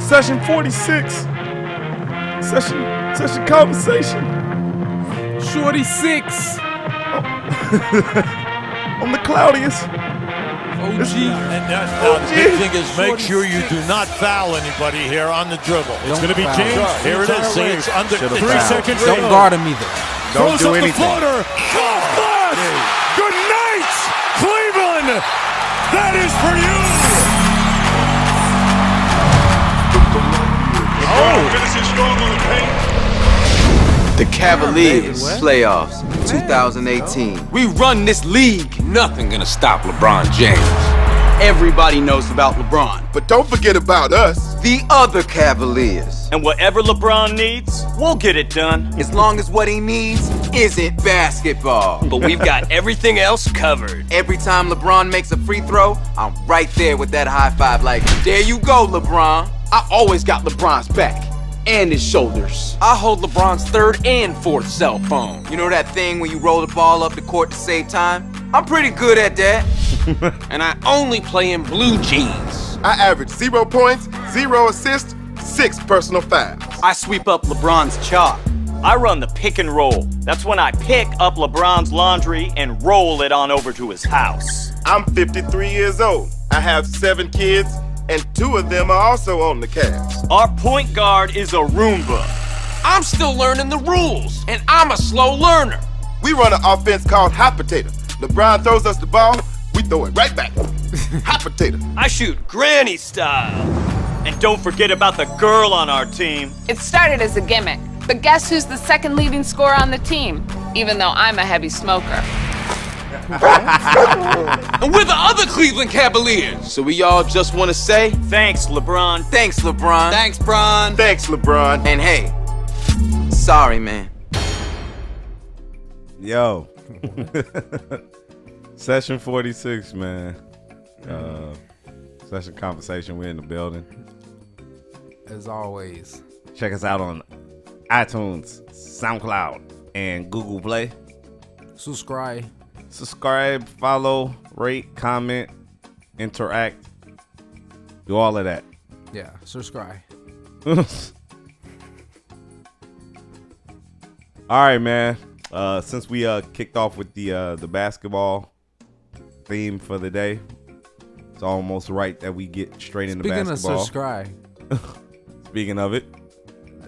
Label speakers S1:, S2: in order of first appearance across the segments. S1: Session 46. Session session conversation.
S2: Shorty six.
S1: I'm the cloudiest.
S2: OG.
S3: And that,
S2: Oh,
S3: now the
S1: geez.
S3: big thing is make sure you do
S2: 46.
S3: not foul anybody here on the dribble.
S2: Don't
S4: Gonna be
S2: foul.
S4: James.
S3: Here it is. See, it's under
S5: Should've
S3: three
S5: fouled.
S3: seconds.
S2: Don't guard him either.
S5: Don't
S3: Throws
S5: do
S3: up the
S5: anything.
S3: floater. Golf bus. Good night, Cleveland. That is for you.
S6: Finishing strong on the paint.
S7: The Cavaliers playoffs 2018.
S8: We run this league. Nothing gonna stop LeBron James.
S7: Everybody knows about LeBron, but
S5: But don't forget about us.
S7: the other Cavaliers,
S9: And whatever LeBron needs, we'll get it done.
S7: as long as what he needs isn't basketball.
S9: But we've got everything else covered.
S7: Every time LeBron makes a free throw, I'm right there with that high five like, there you go, LeBron. I always got LeBron's back and his shoulders.
S8: I hold LeBron's third and fourth cell phone.
S7: You know that thing when you roll the ball up the court to save time? I'm pretty good at that.
S8: And I only play in blue jeans.
S5: I average zero points, zero assists, six personal fouls.
S8: I sweep up LeBron's chalk.
S9: I run the pick and roll. That's when I pick up LeBron's laundry and roll it on over to his house.
S5: I'm 53 years old. I have seven kids, and two of them are also on the Cavs.
S9: Our point guard is a Roomba.
S8: I'm still learning the rules, and I'm a slow learner.
S5: We run an offense called hot potato. LeBron throws us the ball, we throw it right back. hot potato.
S9: I shoot granny style. And don't forget about the girl on our team.
S10: It started as a gimmick, but guess who's the second leading scorer on the team? Even though I'm a heavy smoker.
S8: And we're the other Cleveland Cavaliers.
S7: So we all just want to say,
S9: Thanks, LeBron.
S7: thanks, LeBron.
S8: Thanks, Bron.
S5: Thanks, LeBron.
S7: and hey, sorry, man.
S1: Yo. session 46, man. Uh, session conversation. We're in the building.
S2: As always.
S1: Check us out on iTunes, SoundCloud, and Google Play.
S2: Subscribe.
S1: Subscribe, follow, rate, comment, interact. Do all of that.
S2: Yeah. Subscribe.
S1: all right, man. Uh, since we uh, kicked off with the uh, the basketball theme for the day, it's almost right that we get straight into
S2: Speaking of
S1: basketball.
S2: subscribe,
S1: Speaking of it,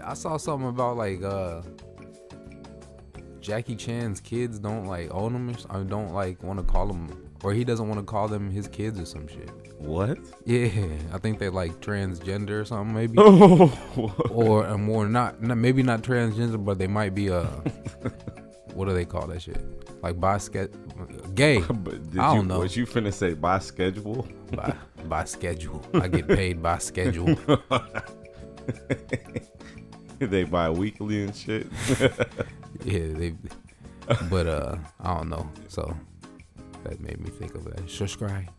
S2: I saw something about like uh Jackie Chan's kids don't like own him. Or s- or don't like want to call him, or he doesn't want to call them his kids or some shit.
S1: what?
S2: Yeah, I think they like transgender or something maybe,
S1: Oh,
S2: or um, or not, not maybe not transgender, but they might be uh, what do they call that shit? Like basket, gay.
S1: but did
S2: I
S1: you,
S2: don't know.
S1: Was you finna say by schedule?
S2: by, by schedule. I get paid by schedule.
S1: they buy weekly and shit.
S2: Yeah, they. But uh, I don't know. So that made me think of that. Subscribe.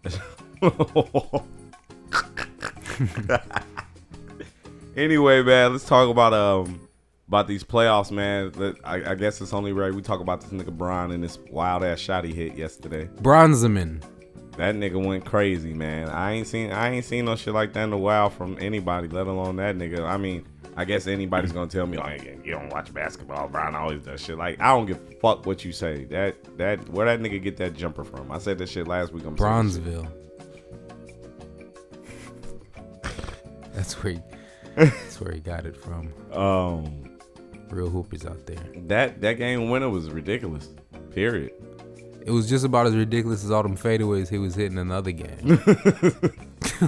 S1: anyway, man, let's talk about um about these playoffs, man. Let- I, I guess it's only right we talk about this nigga Brian and this wild ass shot he hit yesterday.
S2: Bronzeman.
S1: That nigga went crazy, man. I ain't seen I ain't seen no shit like that in a while from anybody, let alone that nigga. I mean, I guess anybody's gonna tell me, oh, you you don't watch basketball, Brian always does shit. Like I don't give a fuck what you say. That that where that nigga get that jumper from? I said that shit last week. I'm saying this shit.
S2: Bronzeville. That's where he, that's where he got it from.
S1: Um.
S2: Real hoopers out there.
S1: That that game winner was ridiculous. Period.
S2: It was just about as ridiculous as all them fadeaways he was hitting in the other game.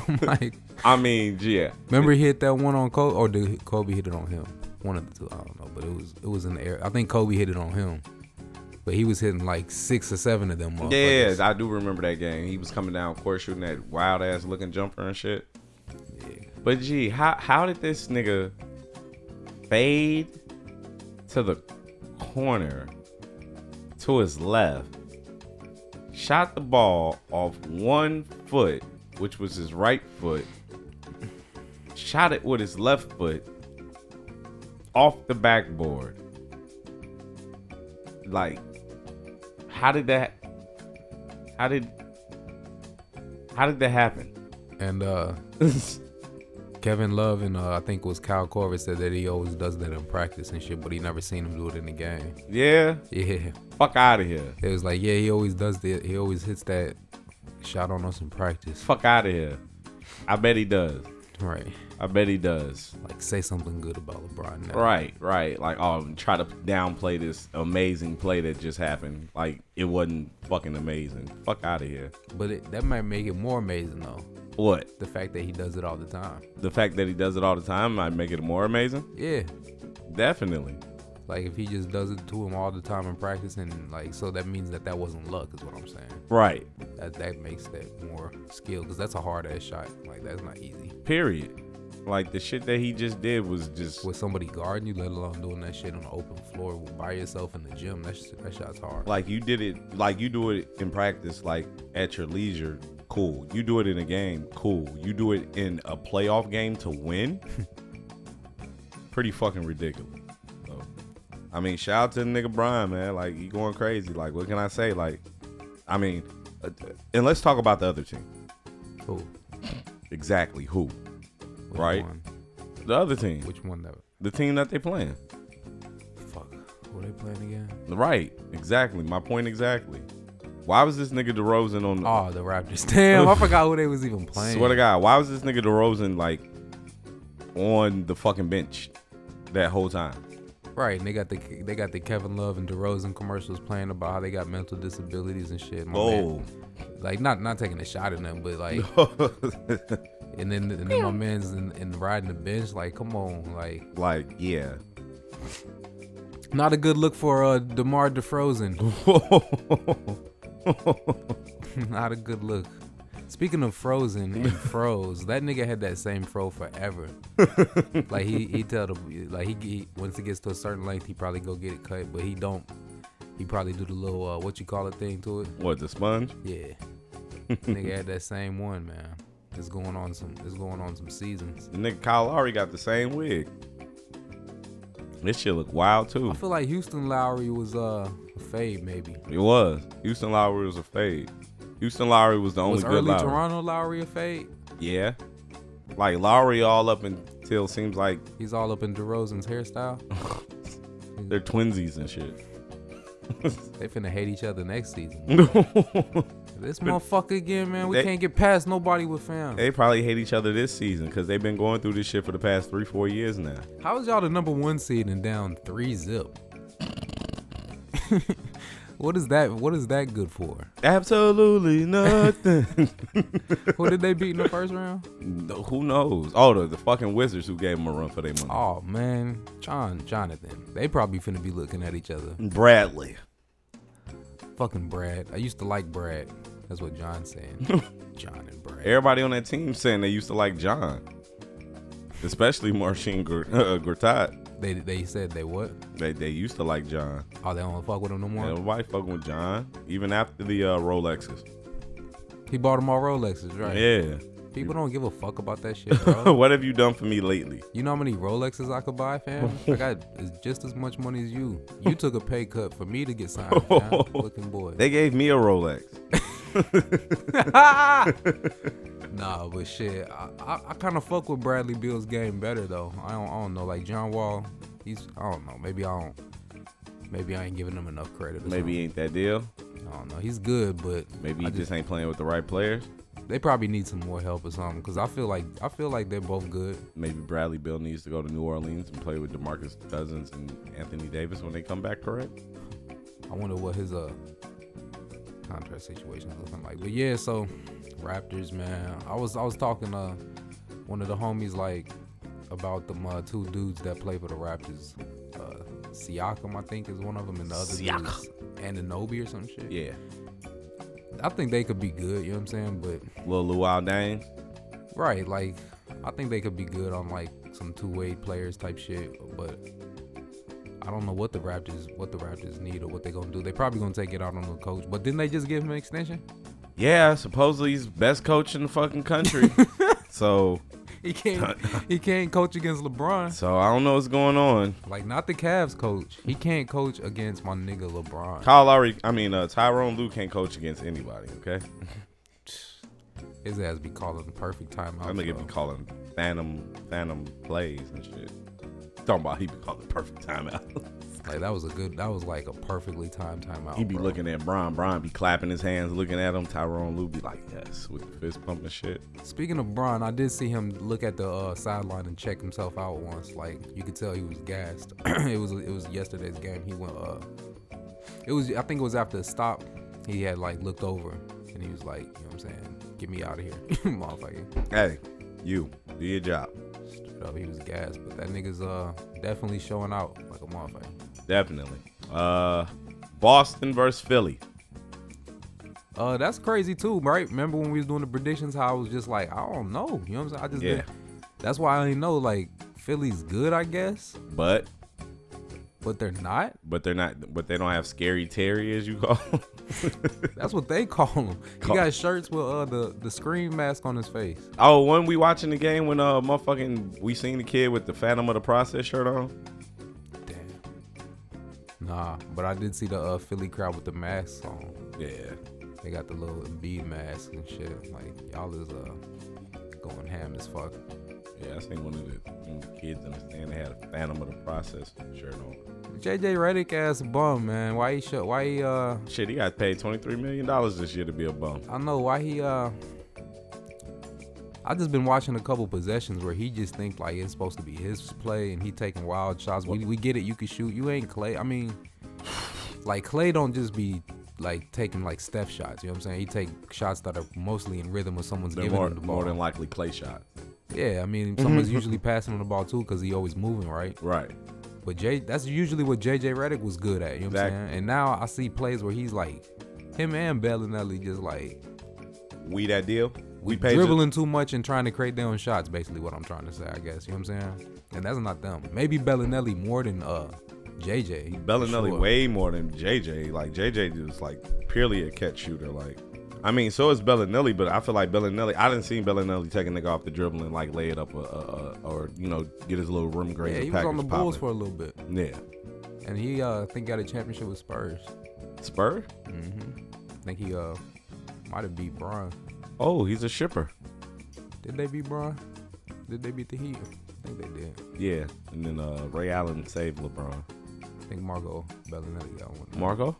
S2: I'm like,
S1: I mean, yeah.
S2: remember he hit that one on Kobe, or did Kobe hit it on him? One of the two, I don't know, but it was it was in the air. I think Kobe hit it on him, but he was hitting like six or seven of them.
S1: Yeah,
S2: motherfuckers.
S1: I do remember that game. He was coming down court shooting that wild ass looking jumper and shit. But gee, how how did this nigga fade to the corner to his left? Shot the ball off one foot, which was his right foot. Shot it with his left foot off the backboard. Like how did that how did how did that happen
S2: and uh, Kevin Love and uh, I think it was Kyle Corver said that he always does that in practice and shit, but he never seen him do it in the game.
S1: Yeah,
S2: Yeah,
S1: fuck out of here.
S2: it was like yeah, he always does that. He always hits that shot on us in practice.
S1: Fuck out of here. I bet he does.
S2: Right,
S1: I bet he does.
S2: like say something good about LeBron. Now.
S1: Right, right. Like, oh, try to downplay this amazing play that just happened. Like, it wasn't fucking amazing. Fuck out of here.
S2: but it, that might make it more amazing though.
S1: What?
S2: The fact that he does it all the time.
S1: The fact that he does it all the time might make it more amazing?
S2: Yeah,
S1: Definitely.
S2: like if he just does it to him all the time in practice and like so that means that that wasn't luck is what I'm saying.
S1: Right.
S2: That that makes that more skill because that's a hard ass shot. Like that's not easy.
S1: Period. Like, the shit that he just did was just.
S2: with somebody guarding you, let alone doing that shit on the open floor by yourself in the gym. That shit, that shot's hard.
S1: Like, you did it. Like, you do it in practice, like, at your leisure. Cool. You do it in a game. Cool. You do it in a playoff game to win. Pretty fucking ridiculous. So, I mean, shout out to the nigga Brian, man. Like, he going crazy. Like, what can I say? Like, I mean, uh, and let's talk about the other team.
S2: Cool.
S1: Exactly who?
S2: Which
S1: Right.
S2: One?
S1: The other team.
S2: Which one? That
S1: The team that they playing.
S2: fuck. Who they playing again?
S1: Right. Exactly. My point exactly. Why was this nigga DeRozan on the
S2: Oh, the Raptors. Damn, I forgot who they was even playing.
S1: Swear to God, why was this nigga DeRozan like on the fucking bench that whole time?
S2: Right, and they got the they got the Kevin Love and DeRozan commercials playing about how they got mental disabilities and shit. My man- like not not taking a shot at them, but like, and then and then my man's in, in riding the bench. Like, come on, like
S1: like, yeah.
S2: not a good look for uh Demar Defrozen. Not a good look. Speaking of frozen and froze, that nigga had that same fro forever. like he he tell the like he, he once it gets to a certain length, he probably go get it cut, but he don't. He probably do the little uh, what you call it thing to it.
S1: what the sponge?
S2: Yeah, nigga had that same one, man. It's going on some. It's going on some seasons.
S1: The nigga Kyle Lowry got the same wig. This shit look wild too.
S2: I feel like Houston Lowry was uh, a fade maybe.
S1: It was. Houston Lowry was a fade. Houston Lowry was the only
S2: was
S1: good
S2: early
S1: Lowry.
S2: Toronto Lowry a fade?
S1: Yeah. Like Lowry all up until seems like
S2: He's all up in DeRozan's hairstyle.
S1: they're twinsies and shit.
S2: They finna hate each other next season. this motherfucker again, man. We
S1: They-
S2: can't get past nobody with fam.
S1: They probably hate each other this season because they've been going through this shit for the past three, four years now.
S2: How is y'all the number one seed and down three zip? what is that? What is that good for?
S1: Absolutely nothing.
S2: Who did they beat in the first round?
S1: No, Who knows? Oh, the, the fucking Wizards who gave them a run for their money.
S2: Oh man, John, Jonathan. They probably finna be looking at each other.
S1: Bradley.
S2: Fucking Brad. I used to like Brad. That's what John's saying. John and Brad.
S1: Everybody on that team saying they used to like John, especially Marcin Gr- uh, Gortat.
S2: They they said they what?
S1: They they used to like John.
S2: Oh, they don't fuck with him no more.
S1: Yeah, Nobody fucking with John, even after the uh, Rolexes.
S2: He bought them all Rolexes, right?
S1: Yeah.
S2: People don't give a fuck about that shit, bro.
S1: what have you done for me lately?
S2: You know how many Rolexes I could buy, fam? I got as- just as much money as you. You took a pay cut for me to get signed, fam. Looking boy.
S1: They gave me a Rolex.
S2: Nah, but shit, I, I, I kind of fuck with Bradley Bill's game better though. I don't, I don't know, like John Wall, he's I don't know. Maybe I don't. Maybe I ain't giving him enough credit. Or
S1: Maybe he ain't that deal.
S2: something. I don't know. He's good, but
S1: Maybe
S2: I
S1: he just ain't playing with the right players.
S2: they probably need some more help or something. Cause I feel like I feel like they're both good.
S1: Maybe Bradley Bill needs to go to New Orleans and play with DeMarcus Cousins and Anthony Davis when they come back, correct?
S2: I wonder what his uh contract situation is looking like. But yeah, so Raptors, man. I was I was talking to one of the homies like about the uh, two dudes that play for the Raptors. Uh, Siakam, I think, is one of them, and the other dude's Ananobi or some shit.
S1: Yeah.
S2: I think they could be good. You know what I'm saying? But
S1: Lil Luau Dang.
S2: Right, like I think they could be good on like some two way players type shit, but I don't know what the Raptors what the Raptors need or what they gonna do. They probably gonna take it out on the coach. But didn't they just give him an extension?
S1: Yeah, supposedly he's best coach in the fucking country. so
S2: He can't he can't coach against LeBron.
S1: so I don't know what's going on.
S2: Like not the Cavs coach. He can't coach against my nigga LeBron.
S1: Kyle Lowry, I mean uh, Tyrone Lue can't coach against anybody, okay?
S2: His ass be calling the perfect timeout.
S1: That nigga be calling phantom phantom plays and shit. Talking about he be calling perfect timeout.
S2: Like that was a good. That was like a perfectly timed timeout.
S1: he be
S2: bro.
S1: looking at Brian. Brian be clapping his hands, looking at him. Tyrone Lou be like, yes, with the fist pumping shit.
S2: Speaking of Bron, I did see him look at the uh, sideline and check himself out once. Like you could tell he was gassed. it was it was yesterday's game. He went uh it was I think it was after a stop. He had like looked over and he was like, you know what I'm saying, get me out of here, motherfucker.
S1: Hey, you, do your job.
S2: Straight up, he was gassed, but that nigga's uh definitely showing out like a motherfucker.
S1: Definitely. Uh, Boston versus Philly.
S2: Uh, that's crazy too, right? Remember when we was doing the predictions? How I was just like, I don't know, you know what I'm saying? I just
S1: Yeah.
S2: didn't. That's why I didn't know. Like Philly's good, I guess,
S1: But
S2: but they're not.
S1: but they're not. But they don't have scary Terry as you call. him.
S2: That's what they call him. He
S1: Call-
S2: got shirts with uh the the scream mask on his face.
S1: oh, when we watching the game when uh motherfucking we seen the kid with the Phantom of the Process shirt on.
S2: Damn. Nah, but I did see the uh, Philly crowd with the masks on.
S1: Yeah.
S2: They got the little Embiid mask and shit. Like y'all is uh going ham as fuck.
S1: Yeah, I seen one of the, one of the kids in the stand. They had a Phantom of the Process shirt on.
S2: JJ Redick ass bum man. Why he should why he uh
S1: Shit, he got paid twenty three million dollars this year to be a bum.
S2: I know why he uh I just been watching a couple possessions where he just think like it's supposed to be his play and he taking wild shots. We, we get it, you can shoot. You ain't Clay. I mean, like Clay don't just be like taking like Steph shots. You know what I'm saying? He take shots that are mostly in rhythm with someone's
S1: They're
S2: giving
S1: more,
S2: him the ball.
S1: more than likely clay shots.
S2: yeah, I mean someone's usually passing him the ball too because he always moving, right?
S1: Right.
S2: But Jay, that's usually what JJ Redick was good at. You know what I'm
S1: Exactly.
S2: saying? And now I see plays where he's like him and Bellinelli just like
S1: We that deal. We paid you-
S2: dribbling too much and trying to create their own shots. Basically, what I'm trying to say, I guess. You know what I'm saying? And that's not them. Maybe Bellinelli more than uh JJ. for
S1: Bellinelli
S2: sure.
S1: way more than JJ. Like JJ was like purely a catch shooter. Like, I mean, so is Bellinelli, but I feel like Bellinelli. I didn't see Bellinelli take a nigga off the dribble and like lay it up, a, a, a, or you know, get his little rim graze.
S2: Yeah,
S1: or
S2: he was on the
S1: package
S2: Bulls for a
S1: popping.
S2: little bit,
S1: yeah.
S2: and he uh I think got a championship with Spurs.
S1: Spur.
S2: I think he uh might have beat Bron.
S1: Oh, he's a shipper.
S2: Did they beat Bron? Did they beat the Heat? I think they did.
S1: Yeah, and then uh, Ray Allen saved LeBron.
S2: I think Margot Bellinelli got one.
S1: Marco.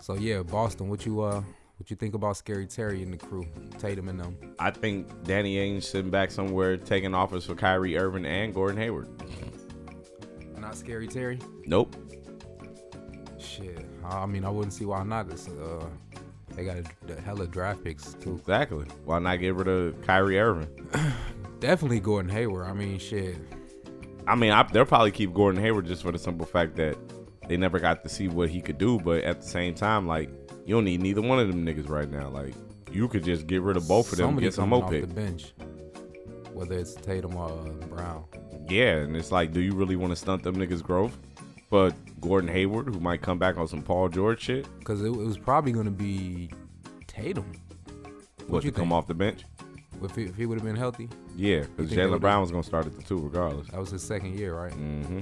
S2: So yeah, Boston. What you uh what you think about Scary Terry and the crew, Tatum and them?
S1: I think Danny Ainge sitting back somewhere taking offers for Kyrie Irving and Gordon Hayward.
S2: Not Scary Terry.
S1: Nope.
S2: Shit, I I mean, I wouldn't see why not. It's, uh, they got a, a hella draft picks too.
S1: Exactly. Why not get rid of Kyrie Irving?
S2: Definitely Gordon Hayward. I mean, shit.
S1: I mean, I, they'll probably keep Gordon Hayward just for the simple fact that they never got to see what he could do. But at the same time, like you don't need neither one of them niggas right now. Like you could just get rid of both of them, and
S2: somebody
S1: get some
S2: coming
S1: more
S2: off
S1: pick.
S2: the bench, whether it's Tatum or uh, Brown.
S1: Yeah, and it's like, do you really want to stunt them niggas' growth? But Gordon Hayward, who might come back on some Paul George shit,
S2: Because it, it was probably gonna be Tatum
S1: what
S2: you
S1: to come
S2: think?
S1: off the bench?
S2: if he, if he would have been healthy.
S1: Yeah, because
S2: think they
S1: Jalen
S2: would've-
S1: Brown was gonna start at the two regardless.
S2: That was his second year, right? Mm-hmm.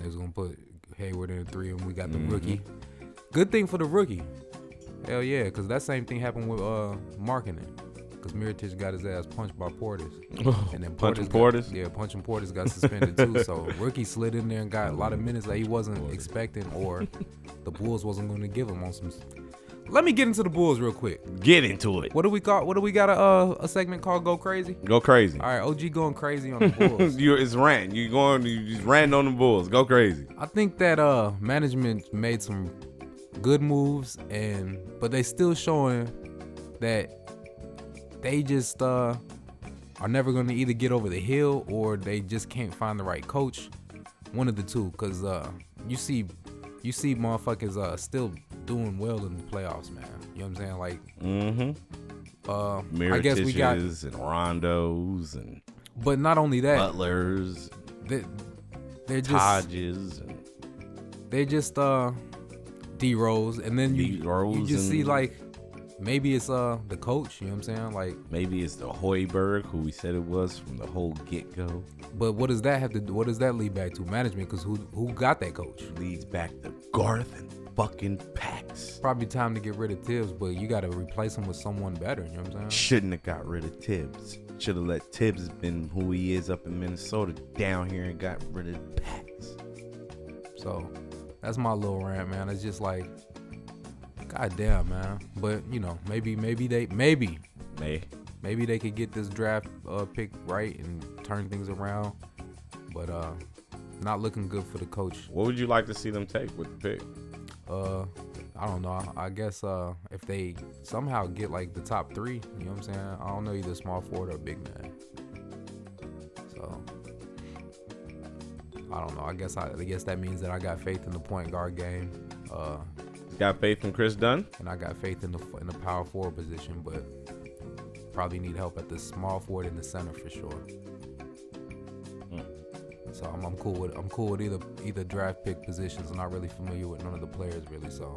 S2: They was gonna put Hayward in at three, and we got
S1: Mm-hmm.
S2: the rookie. Good thing for the rookie. Hell yeah, because that same thing happened with uh marketing. Because Miritich got his ass punched by Portis, and then
S1: Punching
S2: Portis,
S1: Portis?
S2: Got, yeah, punching Portis got suspended too. So rookie slid in there and got a lot
S1: Mm-hmm.
S2: of minutes that he wasn't expecting, or the Bulls wasn't going to give him on some. s- Let me get into the Bulls real quick.
S1: Get into it.
S2: What do we call? What do we got? A uh, a segment called "Go Crazy."
S1: Go crazy.
S2: All right, OG going crazy on the Bulls.
S1: You it's rant. You going? You just ranting on the Bulls. Go crazy.
S2: I think that uh management made some good moves and but they still showing that they just uh are never going to either get over the hill or they just can't find the right coach. One of the two cuz uh you see you see motherfuckers uh still doing well in the playoffs, man. You know what I'm saying? Like uh,
S1: Miratiches
S2: I guess we got-
S1: Mm-hmm. and Rondos and
S2: but not only that,
S1: Butlers,
S2: they, they're just
S1: Hodges, and
S2: they just uh D Rose, and then you
S1: D. Rose
S2: you just see
S1: and-
S2: like Maybe it's uh the coach, you know what I'm saying? Like,
S1: Maybe it's the Hoiberg who we said it was from the whole get go.
S2: but what does that have to do? What does that lead back to management? Because who who got that coach?
S1: Leads back to Garth and fucking Pax.
S2: Probably time to get rid of Tibbs, but you got to replace him with someone better. You know what I'm saying?
S1: Shouldn't have got rid of Tibbs. Should have let Tibbs been who he is up in Minnesota down here and got rid of Pax.
S2: So that's my little rant, man. It's just like, goddamn, man. But you know, maybe maybe they maybe
S1: May.
S2: maybe they could get this draft uh, pick right and turn things around. But uh, not looking good for the coach.
S1: What would you like to see them take with the pick?
S2: Uh, I don't know. I- I guess uh, if they somehow get like the top three, you know what I'm saying? I don't know either small forward or big man. So I don't know. I guess I, I guess that means that I got faith in the point guard game. Uh,
S1: Got faith in Chris Dunn?
S2: and I got faith in the in the power forward position, but probably need help at the small forward and the center for sure.
S1: Hmm.
S2: So I'm, I'm cool with I'm cool with either either draft pick positions. I'm not really familiar with none of the players really. So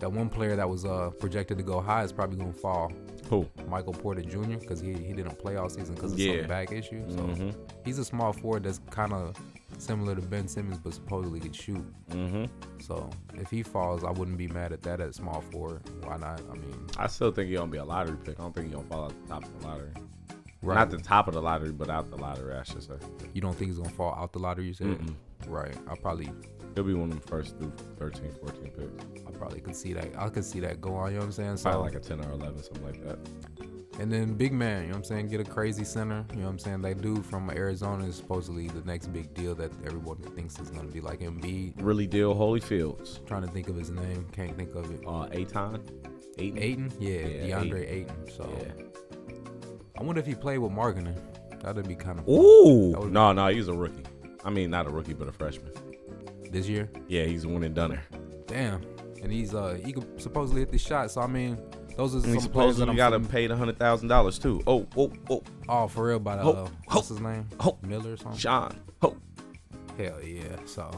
S2: that one player that was uh, projected to go high is probably gonna fall.
S1: Who?
S2: Michael Porter Jr. because he, he didn't play all season because of
S1: Yeah. Mm-hmm.
S2: some back issue. So he's a small forward that's kind of similar to Ben Simmons, but supposedly could shoot. So if he falls, I wouldn't be mad at that at small forward. Why not? I mean,
S1: I still think he's gonna be a lottery pick. I don't think he's gonna fall out the top of the lottery.
S2: right?
S1: Not the top of the lottery, but out the lottery, I should say.
S2: you don't think he's gonna fall out the lottery? You said, right? I probably
S1: He'll be one of the first through 13, 14 picks.
S2: I probably could see that. I could see that go on. You know what I'm saying? So
S1: Probably like a 10 or 11, something like that.
S2: and then big man. You know what I'm saying? Get a crazy center. You know what I'm saying? That dude from Arizona is supposedly the next big deal that everyone thinks is gonna be like Embiid.
S1: Really deal Holyfields.
S2: Trying to think of his name, can't think of it.
S1: Uh, Aton? Aiton?
S2: Aiton, yeah,
S1: Yeah,
S2: DeAndre Aiton. So
S1: Yeah.
S2: I wonder if he played with Markkinen. That'd be kind of
S1: Ooh.
S2: That would-
S1: No, no, he's a rookie. I mean, not a rookie, but a freshman.
S2: this year.
S1: Yeah, he's a one and doneer.
S2: Damn. And he's uh he could supposedly hit the shot. So I mean, those are some
S1: And he
S2: players that
S1: supposedly
S2: I'm
S1: got him
S2: fam-
S1: paid $100,000 too. Oh, oh, oh.
S2: Oh, for real by the
S1: Ho-
S2: uh,
S1: ho-
S2: what's his name?
S1: ho-
S2: Miller or something.
S1: Sean. Oh.
S2: Hell yeah. So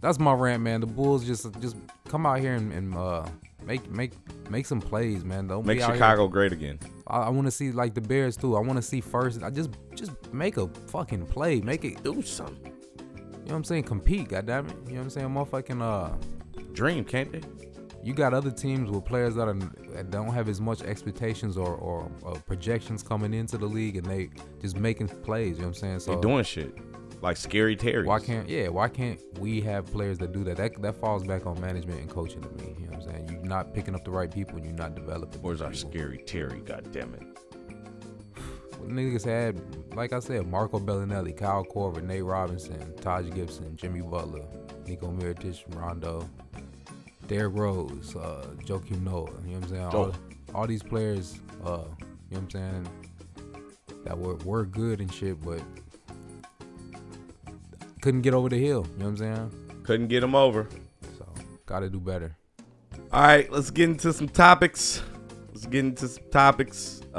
S2: that's my rant, man. The Bulls just just come out here and, and uh make make make some plays, man. Don't
S1: Make
S2: be out here-
S1: Chicago great again.
S2: I, I want to see like the Bears too. I want to see first. I just just make a fucking play. Make it.
S1: Do something.
S2: You know what I'm saying? Compete. Goddamn it. You know what I'm saying? Motherfucking uh.
S1: Dream, can't they?
S2: you got other teams with players that, are, that don't have as much expectations or, or, uh projections coming into the league, and they just making plays. You know what I'm saying? So
S1: They doing shit. Like Scary Terry.
S2: why can't yeah? Why can't we have players that do that? That that falls back on management and coaching to me. You know what I'm saying? You're not picking up the right people, and you're not developing.
S1: Where's our
S2: people.
S1: Scary Terry? God damn it.
S2: Niggas had, like I said, Marco Bellinelli, Kyle Korver, Nate Robinson, Taj Gibson, Jimmy Butler, Nico Miritich, Rondo, Derrick Rose, uh, Joakim Noah. You know what I'm saying? All,
S1: Joe.
S2: all these players, uh, you know what I'm saying, that were, were good and shit, but couldn't get over the hill. You know what I'm saying?
S1: Couldn't get him over.
S2: So, gotta do better.
S1: All right, let's get into some topics. Let's get into some topics. Uh,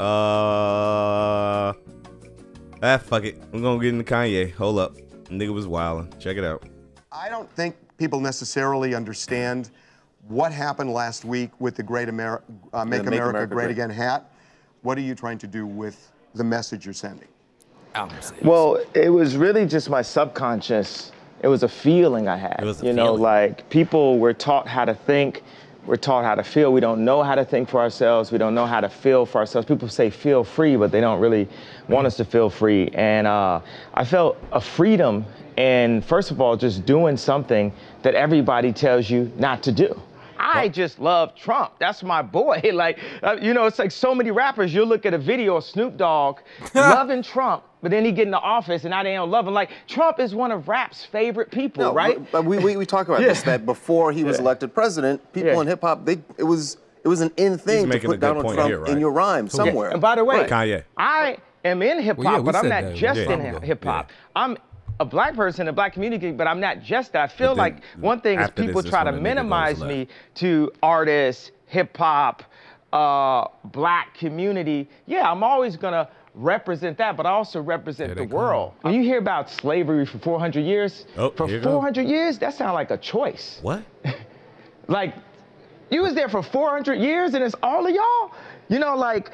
S1: ah, fuck it. We're gonna get into Kanye. Hold up, nigga was wildin'. Check it out.
S4: I don't think people necessarily understand what happened last week with the Great Ameri- uh, Make,
S5: Make
S4: America,
S5: America
S4: Great,
S5: Great.
S4: Again hat. What are you trying to do with the message you're sending?
S7: Well, it was really just my subconscious. It was a feeling I had.
S1: It was a
S7: you know,
S1: feeling.
S7: like people were taught how to think, we're taught how to feel. We don't know how to think for ourselves. We don't know how to feel for ourselves. People say feel free, but they don't really want us to feel free. And uh, I felt a freedom in, first of all, just doing something that everybody tells you not to do. I just love Trump. That's my boy. Like, uh, you know, it's like so many rappers. You'll look at a video of Snoop Dogg loving Trump, but then he get in the office and now they don't love him. Like, Trump is one of rap's favorite people, right?
S5: But, but we, we, we talk about this that before he was elected president, people
S7: Yeah.
S5: in hip hop, they it was it was an in thing to
S1: making a
S5: put
S1: good
S5: Donald
S1: point
S5: Trump
S1: here, right?
S5: in your rhyme somewhere.
S7: And by the way,
S1: Kanye.
S7: I am in hip hop,
S2: Well, yeah, we
S7: but I'm
S2: said
S7: not
S2: that.
S7: just
S2: Yeah.
S7: in
S2: Yeah.
S7: hip hop. I'm a black person in the black community, but I'm not just that. I feel
S1: then,
S7: like one thing is
S1: after this
S7: people
S1: is
S7: try to
S1: when the nigga goes
S7: minimize
S1: left.
S7: me to artists, hip hop, uh, black community. Yeah, I'm always gonna represent that, but I also represent
S2: Here
S7: the
S2: they come.
S7: world. When you hear about slavery for 400 years,
S1: Oh,
S7: for
S1: here you go.
S7: 400 years, that sounds like a choice.
S1: What?
S7: Like, You was there for 400 years, and it's all of y'all. You know, like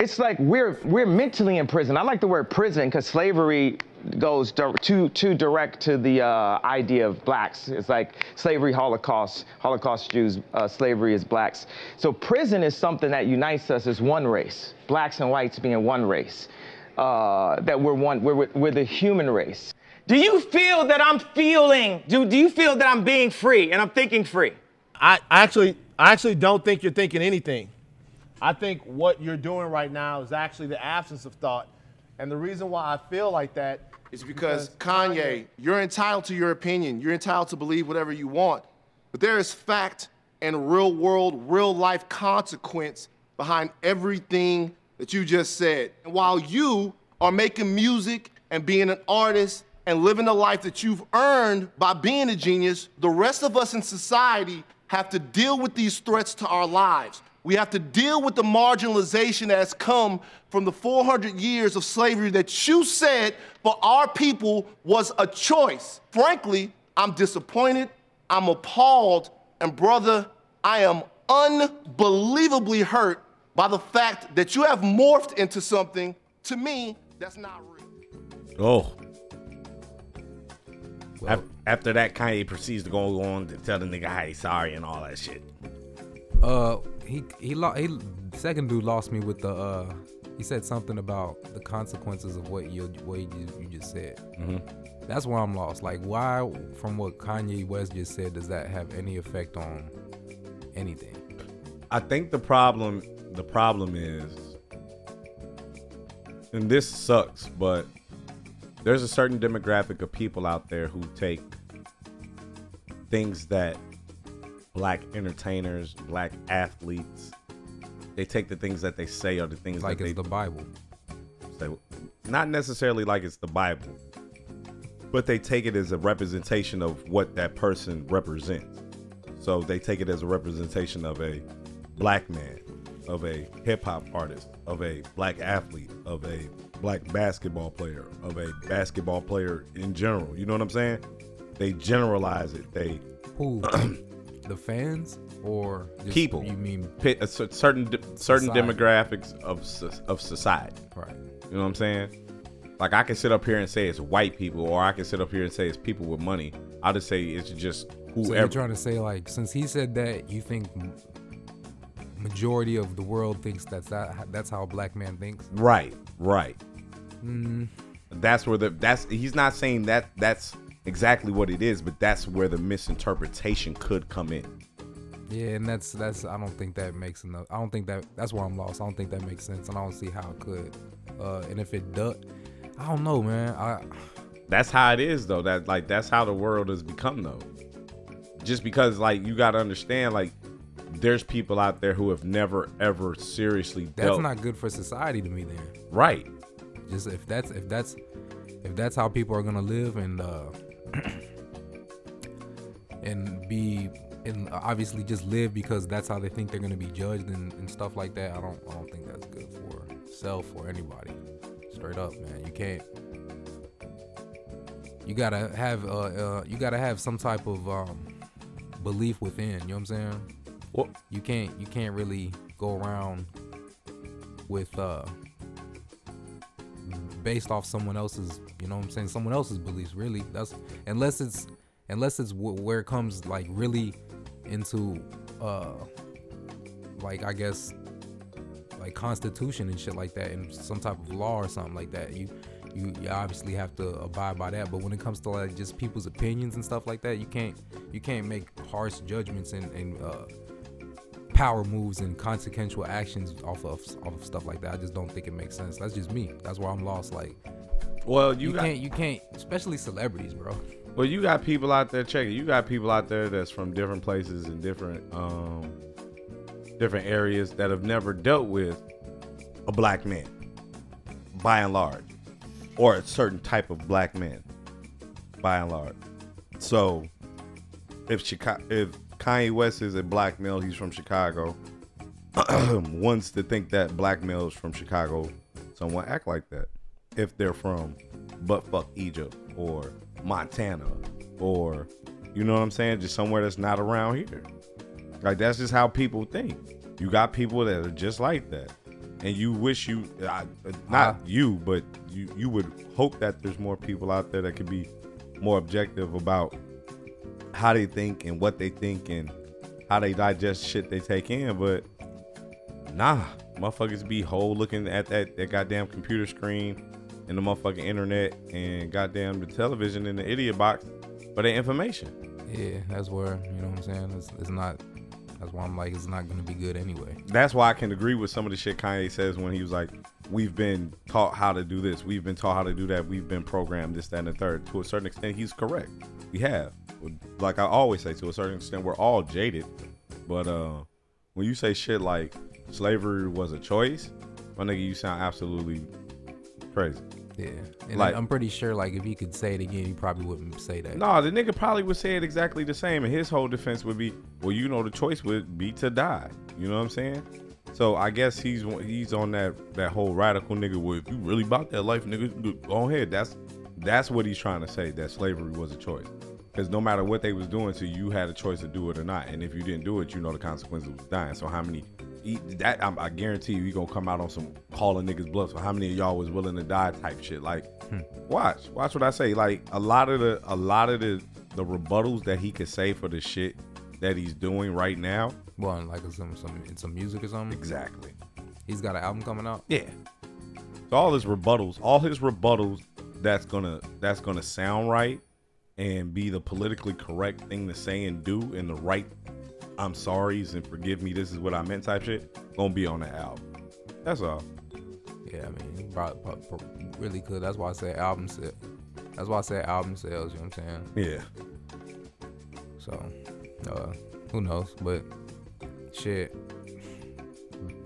S7: it's like we're we're mentally in prison. I like the word prison because slavery goes dir- too too direct to the uh, idea of blacks. It's like slavery, Holocaust, Holocaust Jews, uh, slavery is blacks. So prison is something that unites us as one race, blacks and whites being one race. Uh, that we're one, we're, we're the human race.
S11: Do you feel that I'm feeling? Do, do you feel that I'm being free and I'm thinking free?
S12: I actually, I actually don't think you're thinking anything. I think what you're doing right now is actually the absence of thought. And the reason why I feel like that
S5: is because, Kanye, you're entitled to your opinion. You're entitled to believe whatever you want. But there is fact and real world, real life consequence behind everything that you just said. And while you are making music and being an artist and living the life that you've earned by being a genius, the rest of us in society have to deal with these threats to our lives. We have to deal with the marginalization that has come from the 400 years of slavery that you said for our people was a choice. Frankly, I'm disappointed, I'm appalled, and brother, I am unbelievably hurt by the fact that you have morphed into something to me that's not real.
S1: Oh. Af- after that, Kanye proceeds to go on to tell the nigga how he's sorry and all that shit.
S2: Uh, he he, lo- he second dude lost me with the uh. He said something about the consequences of what you what you, you just said.
S1: Mhm.
S2: That's where I'm lost. Like, why from what Kanye West just said does that have any effect on anything?
S1: I think the problem the problem is and this sucks, but there's a certain demographic of people out there who take things that black entertainers, black athletes, they take the things that they say are the things
S2: Like
S1: that
S2: it's
S1: they,
S2: the Bible.
S1: They, not necessarily like it's the Bible, but they take it as a representation of what that person represents. So they take it as a representation of a black man, of a hip hop artist, of a black athlete, of a black basketball player, of a basketball player in general. You know what I'm saying? They generalize it. They
S2: Who? the fans or just
S1: people.
S2: You mean
S1: Pit, a cer- certain de- certain
S2: Society.
S1: demographics of so- of society.
S2: Right.
S1: You know what I'm saying? Like I can sit up here and say it's white people, or I can sit up here and say it's people with money. I'll just say it's just
S2: So you're
S1: whoever.
S2: trying to say like, since he said that, you think m- majority of the world thinks that's that, that's how a black man thinks?
S1: right, right.
S2: Mm,
S1: That's where the that's he's not saying that that's exactly what it is, but that's where the misinterpretation could come in.
S2: yeah, and that's that's I don't think that makes enough. I don't think that that's why I'm lost. I don't think that makes sense, and I don't see how it could. Uh, and if it does, I don't know, man. I
S1: That's how it is though. That like that's how the world has become though. Just because like you gotta understand like there's people out there who have never ever seriously
S2: that's
S1: dealt
S2: not good for society to me. Then
S1: right.
S2: just if that's if that's if that's how people are gonna live and uh and be and obviously just live because that's how they think they're gonna be judged and, and stuff like that i don't i don't think that's good for self or anybody straight up man you can't you gotta have uh, uh you gotta have some type of um belief within you know what i'm saying you can't you can't really go around with uh based off someone else's you know what i'm saying someone else's beliefs really that's unless it's unless it's wh- where it comes like really into uh like i guess like constitution and shit like that and some type of law or something like that you you, you obviously have to abide by that but when it comes to like just people's opinions and stuff like that you can't you can't make harsh judgments and, and uh power moves and consequential actions off of off of stuff like that i just don't think it makes sense that's just me that's why i'm lost like
S1: Well, you got-
S2: can't you can't especially celebrities bro
S1: Well, you got people out there checking. You got people out there that's from different places and different um different areas that have never dealt with a black man by and large or a certain type of black man by and large. So if Chicago if Kanye West is a black male, he's from Chicago. Wants to think that black males from Chicago someone act like that if they're from butt fuck Egypt or Montana or you know what I'm saying, just somewhere that's not around here. Like that's just how people think. You got people that are just like that, and you wish you I- uh, not you, but you you would hope that there's more people out there that could be more objective about how they think and what they think and how they digest shit they take in. But nah, motherfuckers be whole looking at that that goddamn computer screen and the motherfucking internet and goddamn the television and the idiot box for their information.
S2: Yeah, that's where you know what I'm saying. It's, it's not. That's why I'm like, it's not gonna be good anyway.
S1: that's why I can agree with some of the shit Kanye says when he was like, "We've been taught how to do this, we've been taught how to do that, we've been programmed this, that, and the third. To a certain extent, he's correct. We have, like I always say, to a certain extent, we're all jaded. But uh, when you say shit like slavery was a choice, my nigga, you sound absolutely crazy.
S2: Yeah, And
S1: like
S2: I'm pretty sure, like, if he could say it again, he probably wouldn't say that.
S1: No, the nigga probably would say it exactly the same, and his whole defense would be, "Well, you know, the choice would be to die." You know what I'm saying? So I guess he's he's on that that whole radical nigga. Where if you really about that life, nigga, go ahead. That's that's what he's trying to say. That slavery was a choice, because no matter what they was doing to you, you had a choice to do it or not. And if you didn't do it, you know the consequences was dying. So how many? he- That I'm, I guarantee you, he gonna come out on some calling niggas bluffs. So how many of y'all was willing to die type shit? Like,
S2: Hmm.
S1: watch watch what i say like a lot of the a lot of the the rebuttals that he could say for the shit that he's doing right now
S2: well and like some some it's some music or something
S1: exactly
S2: he's got an album coming out
S1: yeah so all his rebuttals all his rebuttals that's gonna that's gonna sound right and be the politically correct thing to say and do and the right i'm sorry's and forgive me this is what i meant type shit gonna be on the album that's all
S2: yeah i mean he prob- prob- prob- really could that's why i said album sale that's why i said album sales you know what i'm
S1: saying yeah
S2: so uh who knows but shit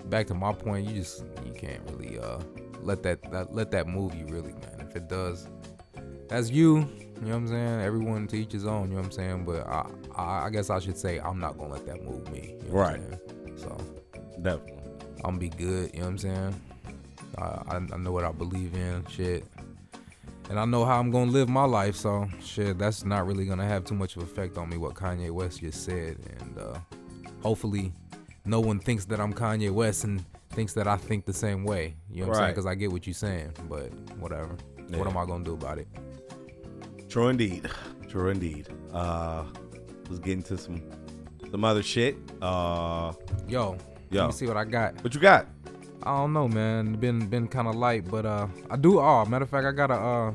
S2: back to my point you just you can't really uh let that, that let that move you really man if it does that's you you know what i'm saying everyone to each his own you know what i'm saying but i i, I guess i should say i'm not gonna let that move me you know what I'm saying? so
S1: definitely
S2: i'm gonna be good you know what i'm saying I, I i know what i believe in shit and i know how i'm gonna live my life so shit that's not really gonna have too much of effect on me what kanye west just said and uh hopefully no one thinks that i'm kanye west and thinks that i think the same way you know what i'm saying
S1: Right.
S2: because i get what you're saying but whatever what
S1: Yeah.
S2: am i gonna do about it
S1: True indeed. True indeed. Uh let's get into some some other shit. Uh
S2: Yo,
S1: Yo.
S2: let me see what I got.
S1: What you got?
S2: I don't know, man. Been been kind of light, but uh, I do. Oh, matter of fact, I got a. Uh,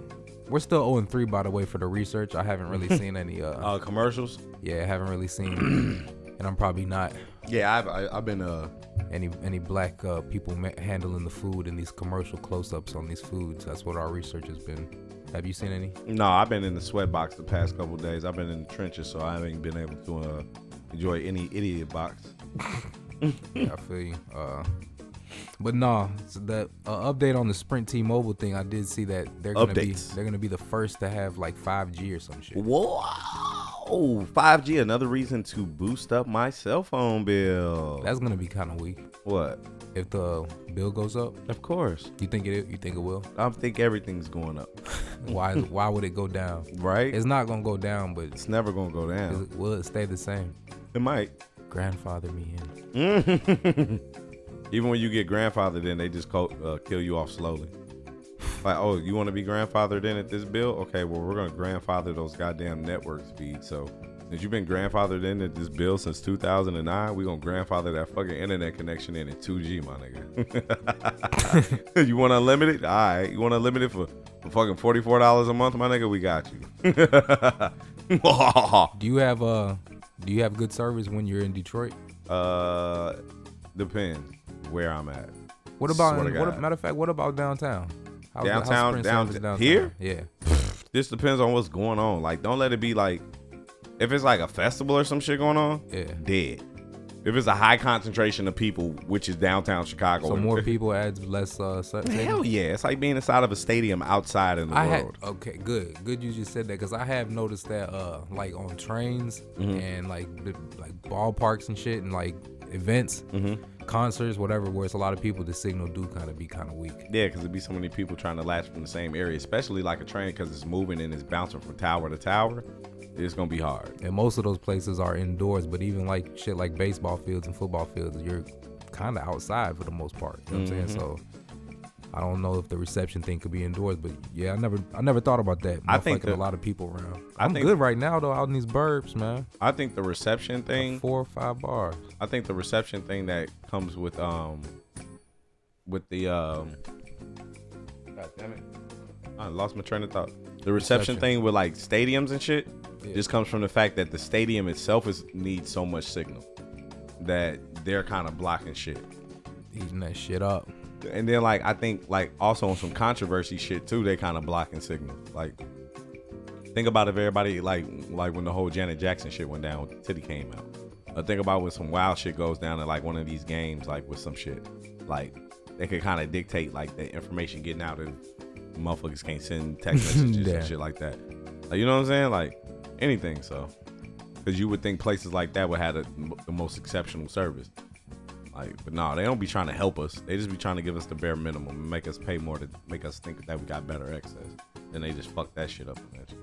S2: we're still 0 3 by the way for the research. I haven't really seen any uh,
S1: uh commercials.
S2: Yeah, I haven't really seen, and I'm probably not.
S1: Yeah, I've I, I've been uh
S2: any any black uh, people ma- handling the food and these commercial close-ups on these foods. That's what our research has been. Have you seen any?
S1: No, I've been in the sweat box the past couple days. I've been in the trenches, so I haven't been able to uh, enjoy any idiot box.
S2: yeah, I feel you. Uh, but no, so that uh, update on the Sprint T-Mobile thing, I did see that they're gonna
S1: Updates.
S2: be they're gonna be the first to have like 5G or some shit.
S1: Whoa, 5G, another reason to boost up my cell phone bill.
S2: That's gonna be kind of weak.
S1: What?
S2: If the bill goes up?
S1: Of course.
S2: You think it? You think it will?
S1: I think everything's going up.
S2: why? Why would it go down?
S1: Right?
S2: It's not gonna go down, but it's
S1: never gonna go down.
S2: will it stay the same?
S1: It might.
S2: Grandfather me in.
S1: Even when you get grandfathered in, they just co- uh, kill you off slowly. Like, oh, you want to be grandfathered in at this bill? Okay, well, we're going to grandfather those goddamn network speeds. So, since you've been grandfathered in at this bill since 2009, we're going to grandfather that fucking internet connection in at 2G, my nigga. you want unlimited? All right. You want unlimited for, for fucking $44 a month, my nigga? We got you.
S2: do you have uh Do you have good service when you're in Detroit?
S1: uh, depends where I'm at.
S2: What
S1: Swear
S2: about?
S1: to
S2: in- what,
S1: God.
S2: matter of fact, what about downtown? How's the- how's
S1: downtown,
S2: Sprint
S1: down,
S2: service
S1: here.
S2: Yeah.
S1: This depends on what's going on. Like, don't let it be like, if it's like a festival or some shit going on.
S2: Yeah.
S1: Dead. If it's a high concentration of people, which is downtown Chicago.
S2: So more people adds less. Uh, se-
S1: Hell
S2: segment?
S1: yeah! It's like being inside of a stadium outside in the
S2: I had
S1: world.
S2: okay, good, good. You just said that because I have noticed that, uh, like on trains
S1: Mhm.
S2: and like the, like ballparks and shit and like events,
S1: Mm-hmm.
S2: concerts, whatever, where it's a lot of people. The signal do kind of be kind of weak.
S1: Yeah, because it'd be so many people trying to latch from the same area, especially like a train because it's moving and it's bouncing from tower to tower. it's gonna be hard.
S2: And most of those places are indoors, but even like shit like baseball fields and football fields, you're kind of outside for the most part. You know what I'm
S1: Mhm.
S2: saying? So I don't know if the reception thing could be indoors, but yeah, I never I never thought about that.
S1: I think
S2: Motherfucking a
S1: the-
S2: lot of people around.
S1: I
S2: I'm
S1: think-
S2: good right now though, out in these burbs, man.
S1: I think the reception thing
S2: four or five bars.
S1: I think the reception thing that comes with um with the um God damn it. I lost my train of thought. The reception,
S13: Reception.
S1: thing with like stadiums and shit
S13: Yeah.
S1: just comes from the fact that the stadium itself is needs so much signal that they're kind of blocking shit.
S2: Eating that shit up.
S1: And then like I think like also on some controversy shit too, they kind of blocking signal. Like think about if everybody like like when the whole Janet Jackson shit went down, when Titty came out. Or think about when some wild shit goes down at like one of these games, like with some shit, like they could kind of dictate like the information getting out and motherfuckers can't send text messages
S2: Yeah.
S1: and shit like that. Like you know what I'm saying? Like anything. So because you would think places like that would have the, the most exceptional service. Like, but no, they don't be trying to help us. They just be trying to give us the bare minimum and make us pay more to make us think that we got better access. Then they just fuck that shit up. eventually.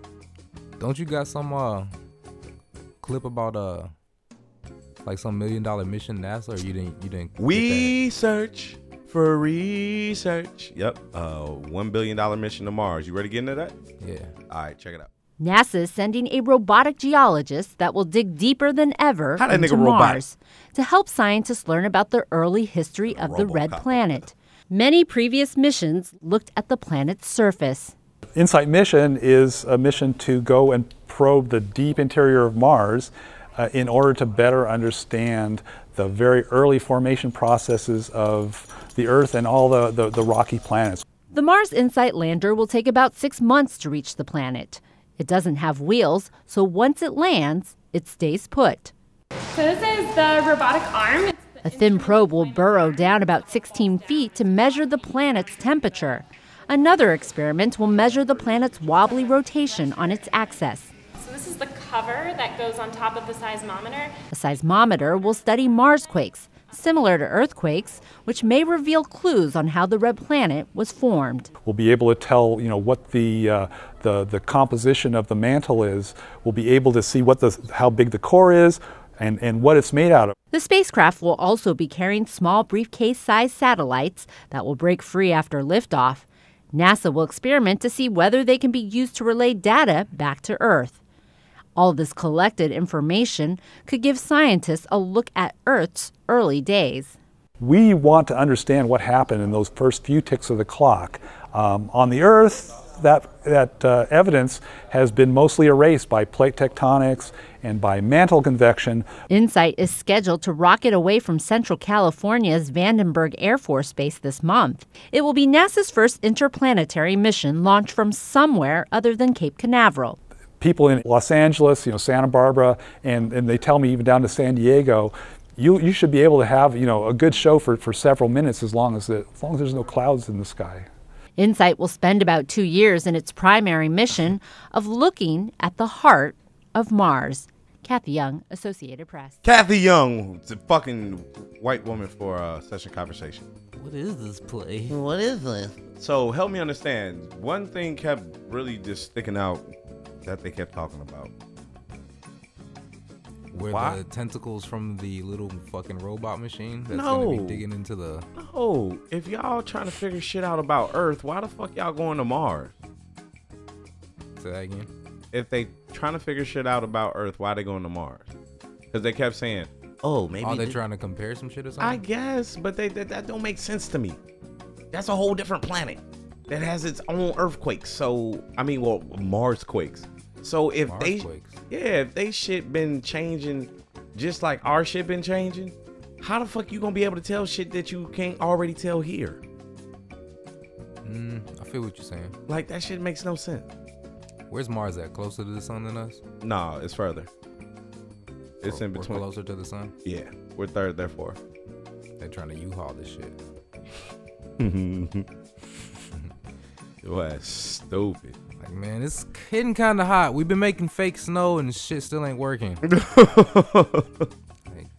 S2: Don't you got some uh clip about uh like some million dollar mission NASA or you didn't you didn't
S1: We search for research. Yep. Uh, one billion dollar mission to Mars. You ready to get into that?
S2: Yeah.
S1: All right, check it out.
S14: NASA is sending a robotic geologist that will dig deeper than ever
S1: How that
S14: into
S1: nigga robotic?
S14: Mars to help scientists learn about the early history of the red planet. Many previous missions looked at the planet's surface.
S15: InSight mission is a mission to go and probe the deep interior of Mars uh, in order to better understand the very early formation processes of the Earth and all the, the, the rocky planets.
S14: The Mars InSight lander will take about six months to reach the planet. It doesn't have wheels, so once it lands, it stays put.
S16: So this is the robotic arm.
S14: A thin probe will burrow down about 16 feet to measure the planet's temperature. Another experiment will measure the planet's wobbly rotation on its axis.
S16: So this is the cover that goes on top of the seismometer.
S14: A seismometer will study Mars quakes, similar to earthquakes, which may reveal clues on how the red planet was formed.
S15: We'll be able to tell, you know, what the, uh, the, the composition of the mantle is. We'll be able to see what the, how big the core is and, and what it's made out of.
S14: The spacecraft will also be carrying small briefcase sized satellites that will break free after liftoff. NASA will experiment to see whether they can be used to relay data back to Earth. All this collected information could give scientists a look at Earth's early days.
S15: We want to understand what happened in those first few ticks of the clock. Um, on the Earth, that, that uh, evidence has been mostly erased by plate tectonics and by mantle convection.
S14: InSight is scheduled to rocket away from Central California's Vandenberg Air Force Base this month. It will be NASA's first interplanetary mission launched from somewhere other than Cape Canaveral.
S15: People in Los Angeles, you know, Santa Barbara, and, and they tell me even down to San Diego, you, you should be able to have, you know, a good show for, for several minutes as long as, the, as long as there's no clouds in the sky.
S14: InSight will spend about two years in its primary mission of looking at the heart of Mars. Kathy Young, Associated Press.
S1: Kathy Young, the fucking white woman for uh, session conversation.
S17: What is this play?
S1: What is this? So help me understand. One thing kept really just sticking out that they kept talking about.
S2: Where
S1: Why?
S2: the tentacles from the little fucking robot machine that's gonna
S1: No.
S2: be digging into the
S1: Oh, if y'all trying to figure shit out about Earth, why the fuck y'all going to Mars?
S2: Say that again.
S1: If they trying to figure shit out about Earth, why they going to Mars? Because they kept saying, "Oh, maybe."
S2: Are they
S1: th-
S2: trying to compare some shit or something?
S1: I guess, but they that, that don't make sense to me. That's a whole different planet that has its own earthquakes. So I mean, well, Mars quakes. So if they, yeah, if they shit been changing, just like our shit been changing, how the fuck you gonna be able to tell shit that you can't already tell here?
S2: Mm, I feel what you're saying.
S1: Like that shit makes no sense.
S2: Where's Mars at? Closer to the sun than us?
S1: No, Uh, it's further. It's
S2: We're-
S1: in
S2: we're
S1: between.
S2: closer to the sun.
S1: Yeah, we're third, therefore.
S2: They're trying to U-Haul this shit.
S1: That's stupid.
S2: Like, man, it's getting kind of hot. We've been making fake snow and shit still ain't working. like,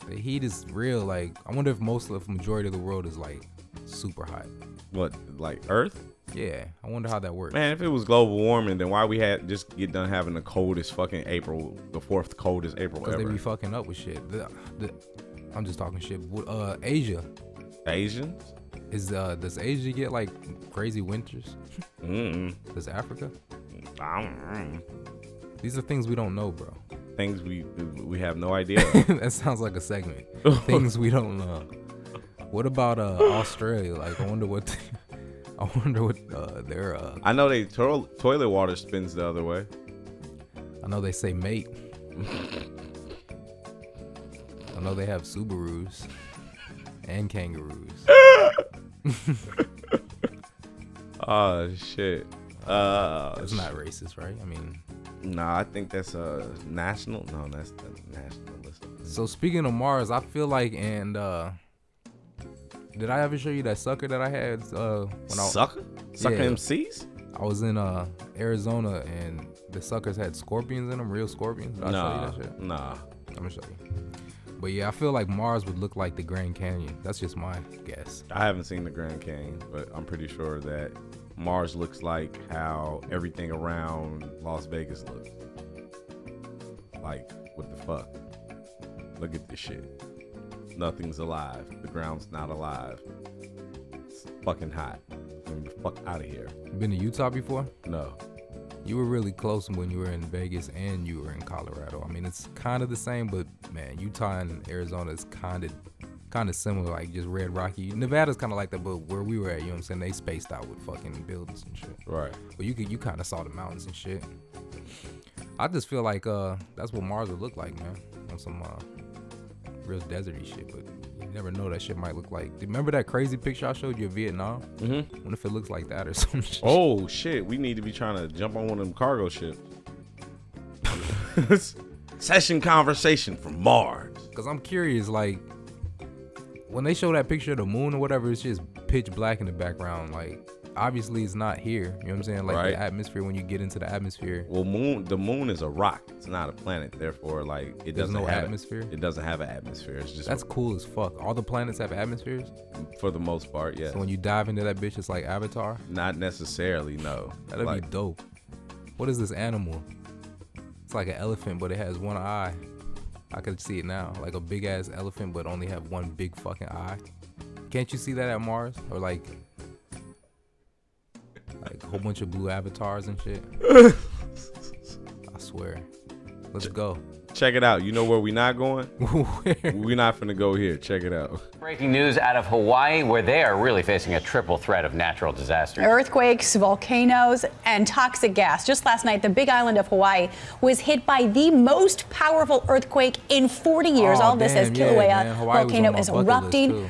S2: the heat is real. Like, I wonder if most of the majority of the world is like super hot.
S1: What, like Earth?
S2: Yeah, I wonder how that works.
S1: Man, if it was global warming, then why we had just get done having the coldest fucking April, the fourth coldest April
S2: Because they
S1: ever?
S2: be fucking up with shit. The- the- I'm just talking shit. With, Uh, Asia.
S1: Asians?
S2: Is uh does Asia get like crazy winters?
S1: Mm.
S2: Does Africa?
S1: I don't.
S2: These are things we don't know, bro.
S1: Things we we have no idea.
S2: that sounds like a segment. things we don't know. What about uh Australia? Like I wonder what I wonder what uh their uh
S1: I know they to- toilet water spins the other way.
S2: I know they say mate. I know they have Subarus and kangaroos.
S1: Oh shit. Uh,
S2: That's not racist, right? I mean,
S1: nah. I think that's uh, national. No, that's the nationalist.
S2: So speaking of Mars, I feel like and uh did I ever show you that sucker that I had uh when I
S1: Sucker? Sucker MCs?
S2: I was in uh Arizona and the suckers had scorpions in them, real scorpions. Did I
S1: Nah,
S2: show you that shit?
S1: nah.
S2: I'm gonna show you. But yeah, I feel like Mars would look like the Grand Canyon. That's just my guess.
S1: I haven't seen the Grand Canyon, but I'm pretty sure that Mars looks like how everything around Las Vegas looks. Like, what the fuck? Look at this shit. Nothing's alive. The ground's not alive. It's fucking hot. Get the fuck out of here.
S2: You been to Utah before?
S1: No.
S2: You were really close when you were in Vegas and you were in Colorado. I mean, it's kind of the same, but man, Utah and Arizona is kind of kind of similar, like just red rocky. Nevada's kind of like that, but where we were at, you know what I'm saying? They spaced out with fucking buildings and shit.
S1: Right.
S2: But you could you kind of saw the mountains and shit. I just feel like uh that's what Mars would look like, man. On some uh real deserty shit, but you never know that shit might look like. Remember that crazy picture I showed you of Vietnam? Mm-hmm. What if it looks like that or some shit?
S1: Oh shit, we need to be trying to jump on one of them cargo ships. Session conversation from Mars.
S2: Cause I'm curious, like when they show that picture of the moon or whatever, it's just pitch black in the background. Like obviously it's not here. You know what I'm saying? Like
S1: Right.
S2: the atmosphere when you get into the atmosphere.
S1: Well, moon. The moon is a rock. It's not a planet. Therefore, like
S2: There's
S1: it doesn't
S2: no
S1: have a-
S2: atmosphere?
S1: it doesn't have an atmosphere. It's just
S2: That's cool as fuck. All the planets have atmospheres.
S1: for the most part. Yes.
S2: So when you dive into that bitch, it's like Avatar.
S1: not necessarily. No.
S2: That'd be dope. What is this animal? It's like an elephant, but it has one eye. I could see it now, like a big ass elephant, but only have one big fucking eye. Can't you see that at Mars or like, like a whole bunch of blue avatars and shit? I swear. Let's go.
S1: Check it out. You know where we not going? We're not finna go here. Check it out.
S13: Breaking news out of Hawaii, where they are really facing a triple threat of natural disasters.
S17: Earthquakes, volcanoes, and toxic gas. Just last night, the big island of Hawaii was hit by the most powerful earthquake in 40 years.
S18: Aw,
S17: All this as
S18: Oh, damn, yeah,
S17: Kilauea
S18: man. Hawaii was on
S17: volcano
S18: my
S17: is
S18: bucket list,
S17: erupting,
S18: too.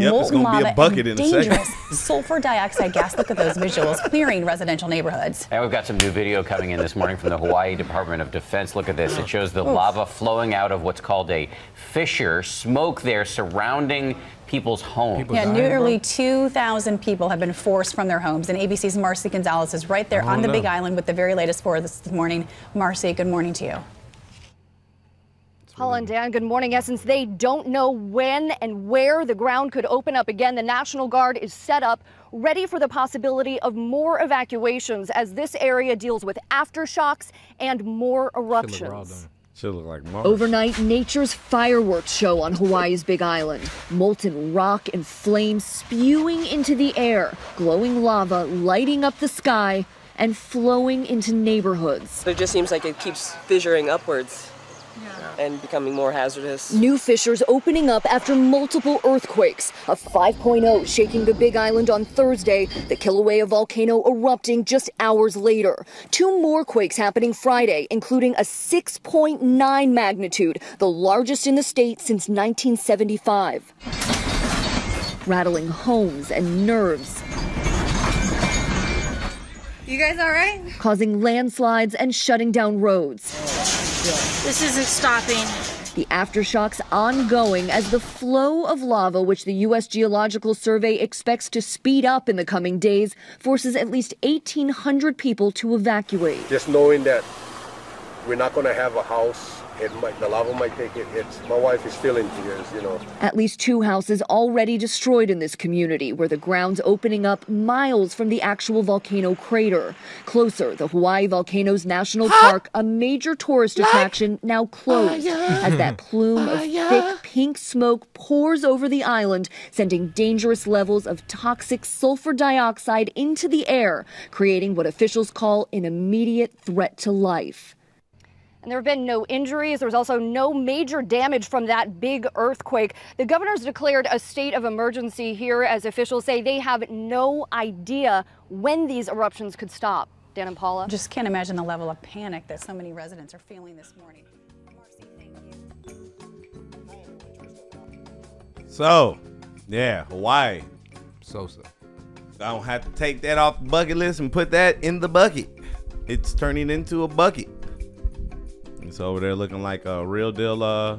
S18: Yep, it's
S17: molten
S18: gonna be a
S17: lava
S18: bucket in
S17: and
S18: a second.
S17: dangerous sulfur dioxide gas. Look at those visuals clearing residential neighborhoods.
S13: And we've got some new video coming in this morning from the Hawaii Department of Defense. Look at this. It shows the
S17: Oof.
S13: lava flowing out of what's called a fissure, smoke there surrounding people's homes.
S17: yeah, nearly 2,000 people have been forced from their homes, and ABC's Marcy Gonzalez is right there
S13: I
S17: on the
S13: don't
S17: Big
S13: know.
S17: Island with the very latest for this morning. Marcy, good morning to you.
S19: Paul and Dan, good morning. Essence, they don't know when and where the ground could open up again. The National Guard is set up, ready for the possibility of more evacuations as this area deals with aftershocks and more eruptions.
S1: Should look like Mars.
S19: Overnight, nature's fireworks show on Hawaii's Big Island. Molten rock and flames spewing into the air, glowing lava lighting up the sky and flowing into neighborhoods.
S20: It just seems like it keeps fissuring upwards and becoming more hazardous.
S19: New fissures opening up after multiple earthquakes. A 5.0 shaking the Big Island on Thursday, the Kilauea volcano erupting just hours later. Two more quakes happening Friday, including a 6.9 magnitude, the largest in the state since 1975. Rattling homes and nerves,
S21: You guys all right?
S19: causing landslides and shutting down roads.
S21: This isn't stopping.
S19: The aftershocks ongoing as the flow of lava, which the U.S. Geological Survey expects to speed up in the coming days, forces at least 1,800 people to evacuate.
S22: Just knowing that we're not going to have a house,
S18: It might, the lava might take it. It's, my wife is still in tears, you know.
S19: At least two houses already destroyed in this community, where the ground's opening up miles from the actual volcano crater. Closer, the Hawaii Volcanoes National Park, a major tourist attraction, now closed, as that plume of thick pink smoke pours over the island, sending dangerous levels of toxic sulfur dioxide into the air, creating what officials call an immediate threat to life.
S22: And there have been no injuries. There was also no major damage from that big earthquake. The governor's declared a state of emergency here as officials say they have no idea when these eruptions could stop. Dan and Paula?
S17: Just can't imagine the level of panic that so many residents are feeling this morning.
S1: So, yeah, Hawaii.
S2: So so.
S1: I don't have to take that off the bucket list and put that in the bucket. It's turning into a bucket. It's over there looking like a real deal uh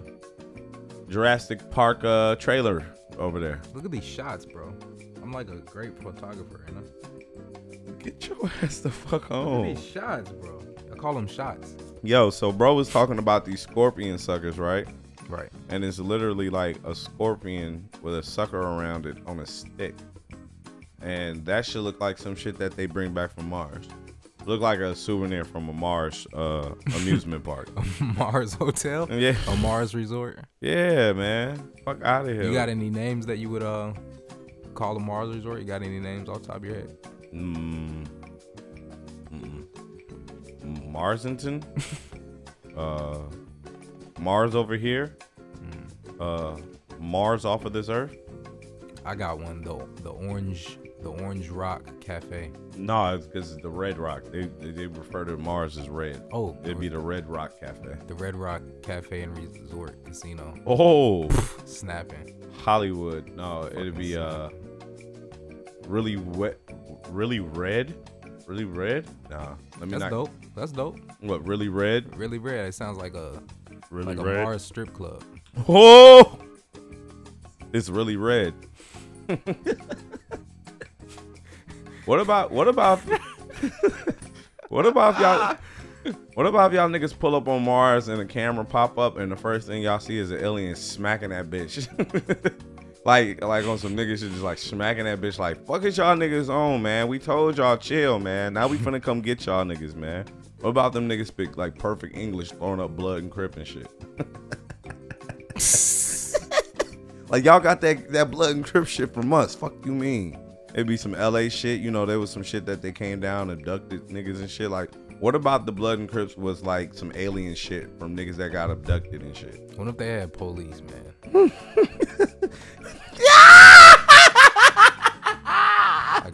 S1: Jurassic Park uh trailer over there.
S2: Look at these shots, bro. I'm like a great photographer, you know.
S1: Get your ass the fuck
S2: Look
S1: on.
S2: at these shots, bro. I call them shots.
S1: Yo, so bro was talking about these scorpion suckers, right?
S2: Right.
S1: And it's literally like a scorpion with a sucker around it on a stick. And that should look like some shit that they bring back from Mars. Look like a souvenir from a Mars uh, amusement park.
S2: Mars Hotel.
S1: Yeah.
S2: A Mars Resort.
S1: Yeah, man. Fuck out of here.
S2: You got any names that you would uh call a Mars Resort? You got any names off the top of your head?
S1: Mm. Marsington. uh, Mars over here. Uh, Mars off of this earth.
S2: I got one though. The orange, the Orange Rock Cafe.
S1: No, it's because the Red Rock. They, they they refer to Mars as red.
S2: Oh.
S1: it'd be the Red Rock Cafe.
S2: The Red Rock Cafe and Resort Casino.
S1: Oh,
S2: snapping.
S1: Hollywood. No, it'd be uh, really wet, really red, really red. Nah, let me
S2: That's
S1: not.
S2: dope. That's dope.
S1: What really red?
S2: Really red. It sounds like a
S1: Really
S2: like a
S1: red?
S2: Mars strip club.
S1: Oh, it's really red. what about what about what about y'all? What about if y'all niggas pull up on Mars and a camera pop up and the first thing y'all see is an alien smacking that bitch? like like on some niggas shit, just like smacking that bitch like fuck is y'all niggas on man. We told y'all chill man. Now we finna come get y'all niggas man. What about them niggas speak like perfect English, throwing up blood and crip and shit? Like y'all got that that blood and crip shit from us. Fuck you mean? It'd be some LA shit, you know. There was some shit that they came down abducted niggas and shit. Like, what about the blood and crips was like some alien shit from niggas that got abducted and shit?
S2: What if they had police, man? like,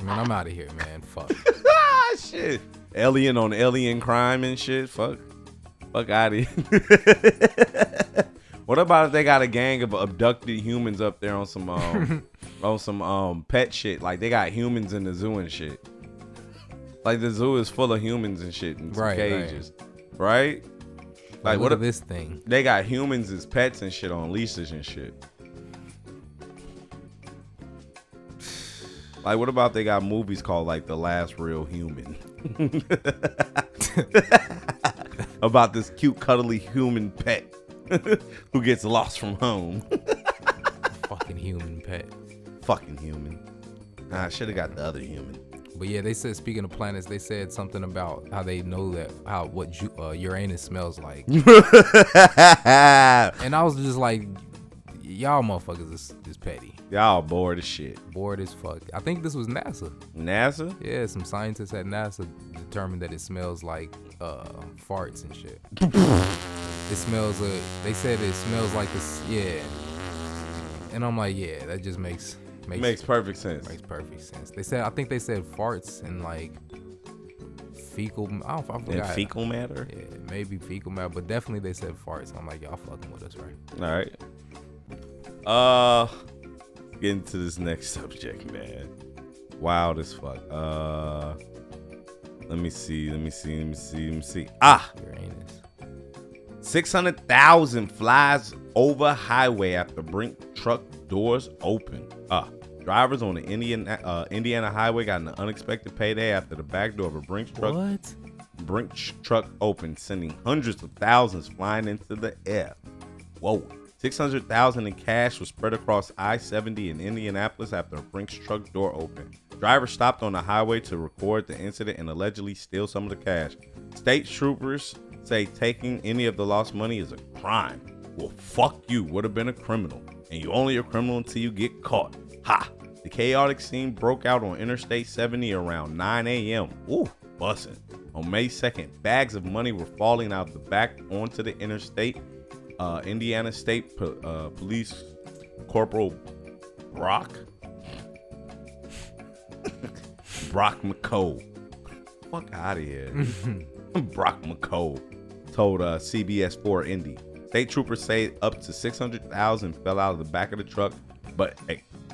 S2: man, I'm out of here, man. Fuck.
S1: Ah shit, alien on alien crime and shit. Fuck, fuck out of here. what about if they got a gang of abducted humans up there on some um, on some um pet shit? Like they got humans in the zoo and shit. Like the zoo is full of humans and shit in some
S2: Right, right.
S1: cages, right? Like
S2: look
S1: what
S2: at
S1: if
S2: this thing?
S1: They got humans as pets and shit on leashes and shit. Like what about they got movies called like The Last Real Human? about this cute cuddly human pet who gets lost from home.
S2: Fucking human pet.
S1: Fucking human. Nah, I should have got the other human.
S2: But yeah, they said speaking of planets, they said something about how they know that how what Ju- uh, Uranus smells like. and I was just like, y'all motherfuckers is, is petty,
S1: Y'all bored as shit.
S2: bored as fuck. I think this was NASA.
S1: NASA?
S2: Yeah, some scientists at NASA determined that it smells like uh, farts and shit. it smells. Uh, they said it smells like this. Yeah. And I'm like, yeah, that just makes makes,
S1: Makes perfect sense.
S2: Makes perfect sense. They said, I think they said farts and like fecal. I don't. I forgot.
S1: fecal matter?
S2: Yeah, maybe fecal matter, but definitely they said farts. I'm like, y'all fucking with us, right?
S1: All right. Uh, get into this next subject, man. Wild as fuck. Uh, let me see. Let me see. Let me see. Let me see. Ah, six hundred thousand flies over highway after brink truck doors open. Ah, Drivers on the Indian uh, Indiana highway got an unexpected payday after the back door of a Brinks truck
S2: What?
S1: Brinks truck opened, sending hundreds of thousands flying into the air. Whoa. 600,000 in cash was spread across I-70 in Indianapolis after a Brinks truck door opened. Driver stopped on the highway to record the incident and allegedly steal some of the cash. State troopers say taking any of the lost money is a crime. Well, fuck you, would have been a criminal. And you only a criminal until you get caught. Ha! The chaotic scene broke out on Interstate 70 around 9 a.m. Ooh, bussin'. On May 2nd, bags of money were falling out the back onto the interstate. Uh, Indiana State Po- uh, Police Corporal Brock Brock McCole. Fuck out of here. Brock McCole told uh, CBS 4 Indy. State troopers say up to 600,000 fell out of the back of the truck, but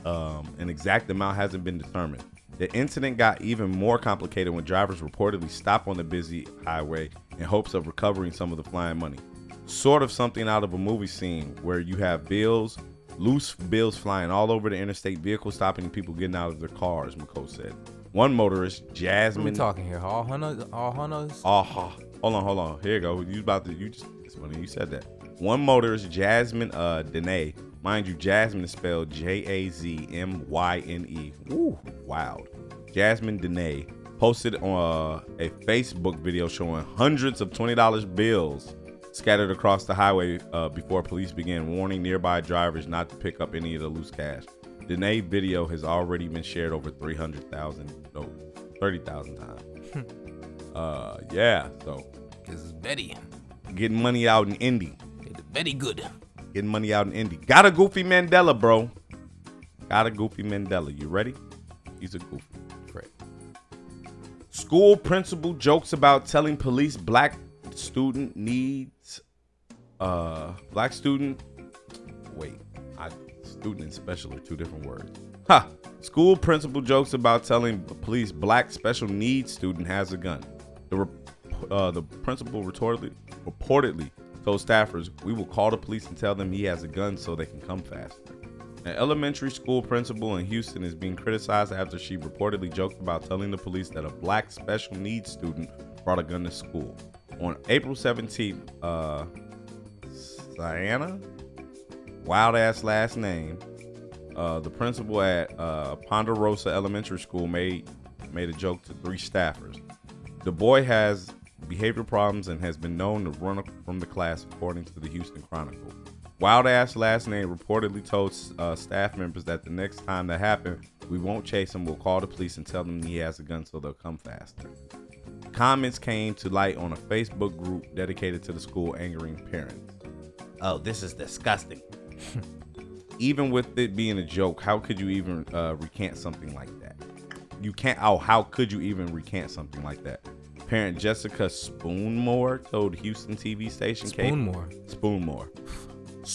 S1: um, an exact amount hasn't been determined. The incident got even more complicated when drivers reportedly stopped on the busy highway in hopes of recovering some of the flying money. Sort of something out of a movie scene where you have bills, loose bills flying all over the interstate, vehicles stopping, and people getting out of their cars, McCole said. One motorist,
S2: What we
S1: Jasmine
S2: talking here? All hunters? All hunters?
S1: uh huh. Hold on, hold on. Here you go. You about to you just it's funny you said that. One Motors Jasmine uh Dene. Mind you, Jasmine is spelled J A Z M Y N E. Ooh, wild. Jasmine Dene posted on uh, a Facebook video showing hundreds of $20 bills scattered across the highway uh, before police began warning nearby drivers not to pick up any of the loose cash. Dene video has already been shared over 300,000, no, 30,000 oh, times. Uh, yeah. So
S2: This is Betty.
S1: getting money out in Indy.
S2: Betty good.
S1: Getting money out in Indy. Got a goofy Mandela, bro. Got a goofy Mandela. You ready? He's a goofy. Right. School principal jokes about telling police black student needs uh black student wait i student and special are two different words ha school principal jokes about telling police black special needs student has a gun the re- uh, the principal retortedly reportedly told staffers we will call the police and tell them he has a gun so they can come faster an elementary school principal in Houston is being criticized after she reportedly joked about telling the police that a black special needs student brought a gun to school. On April 17th, uh, Sienna, wild ass last name, uh, the principal at uh, Ponderosa Elementary School made made a joke to three staffers. The boy has behavior problems and has been known to run from the class, according to the Houston Chronicle. Wild ass last name reportedly told uh, staff members that the next time that happened, we won't chase him. We'll call the police and tell them he has a gun, so they'll come faster. Comments came to light on a Facebook group dedicated to the school, angering parents. Oh, this is disgusting. even with it being a joke, how could you even uh, recant something like that? You can't. Oh, how could you even recant something like that? Parent Jessica Spoonmore told Houston TV station K-
S2: Spoonmore.
S1: Spoonmore.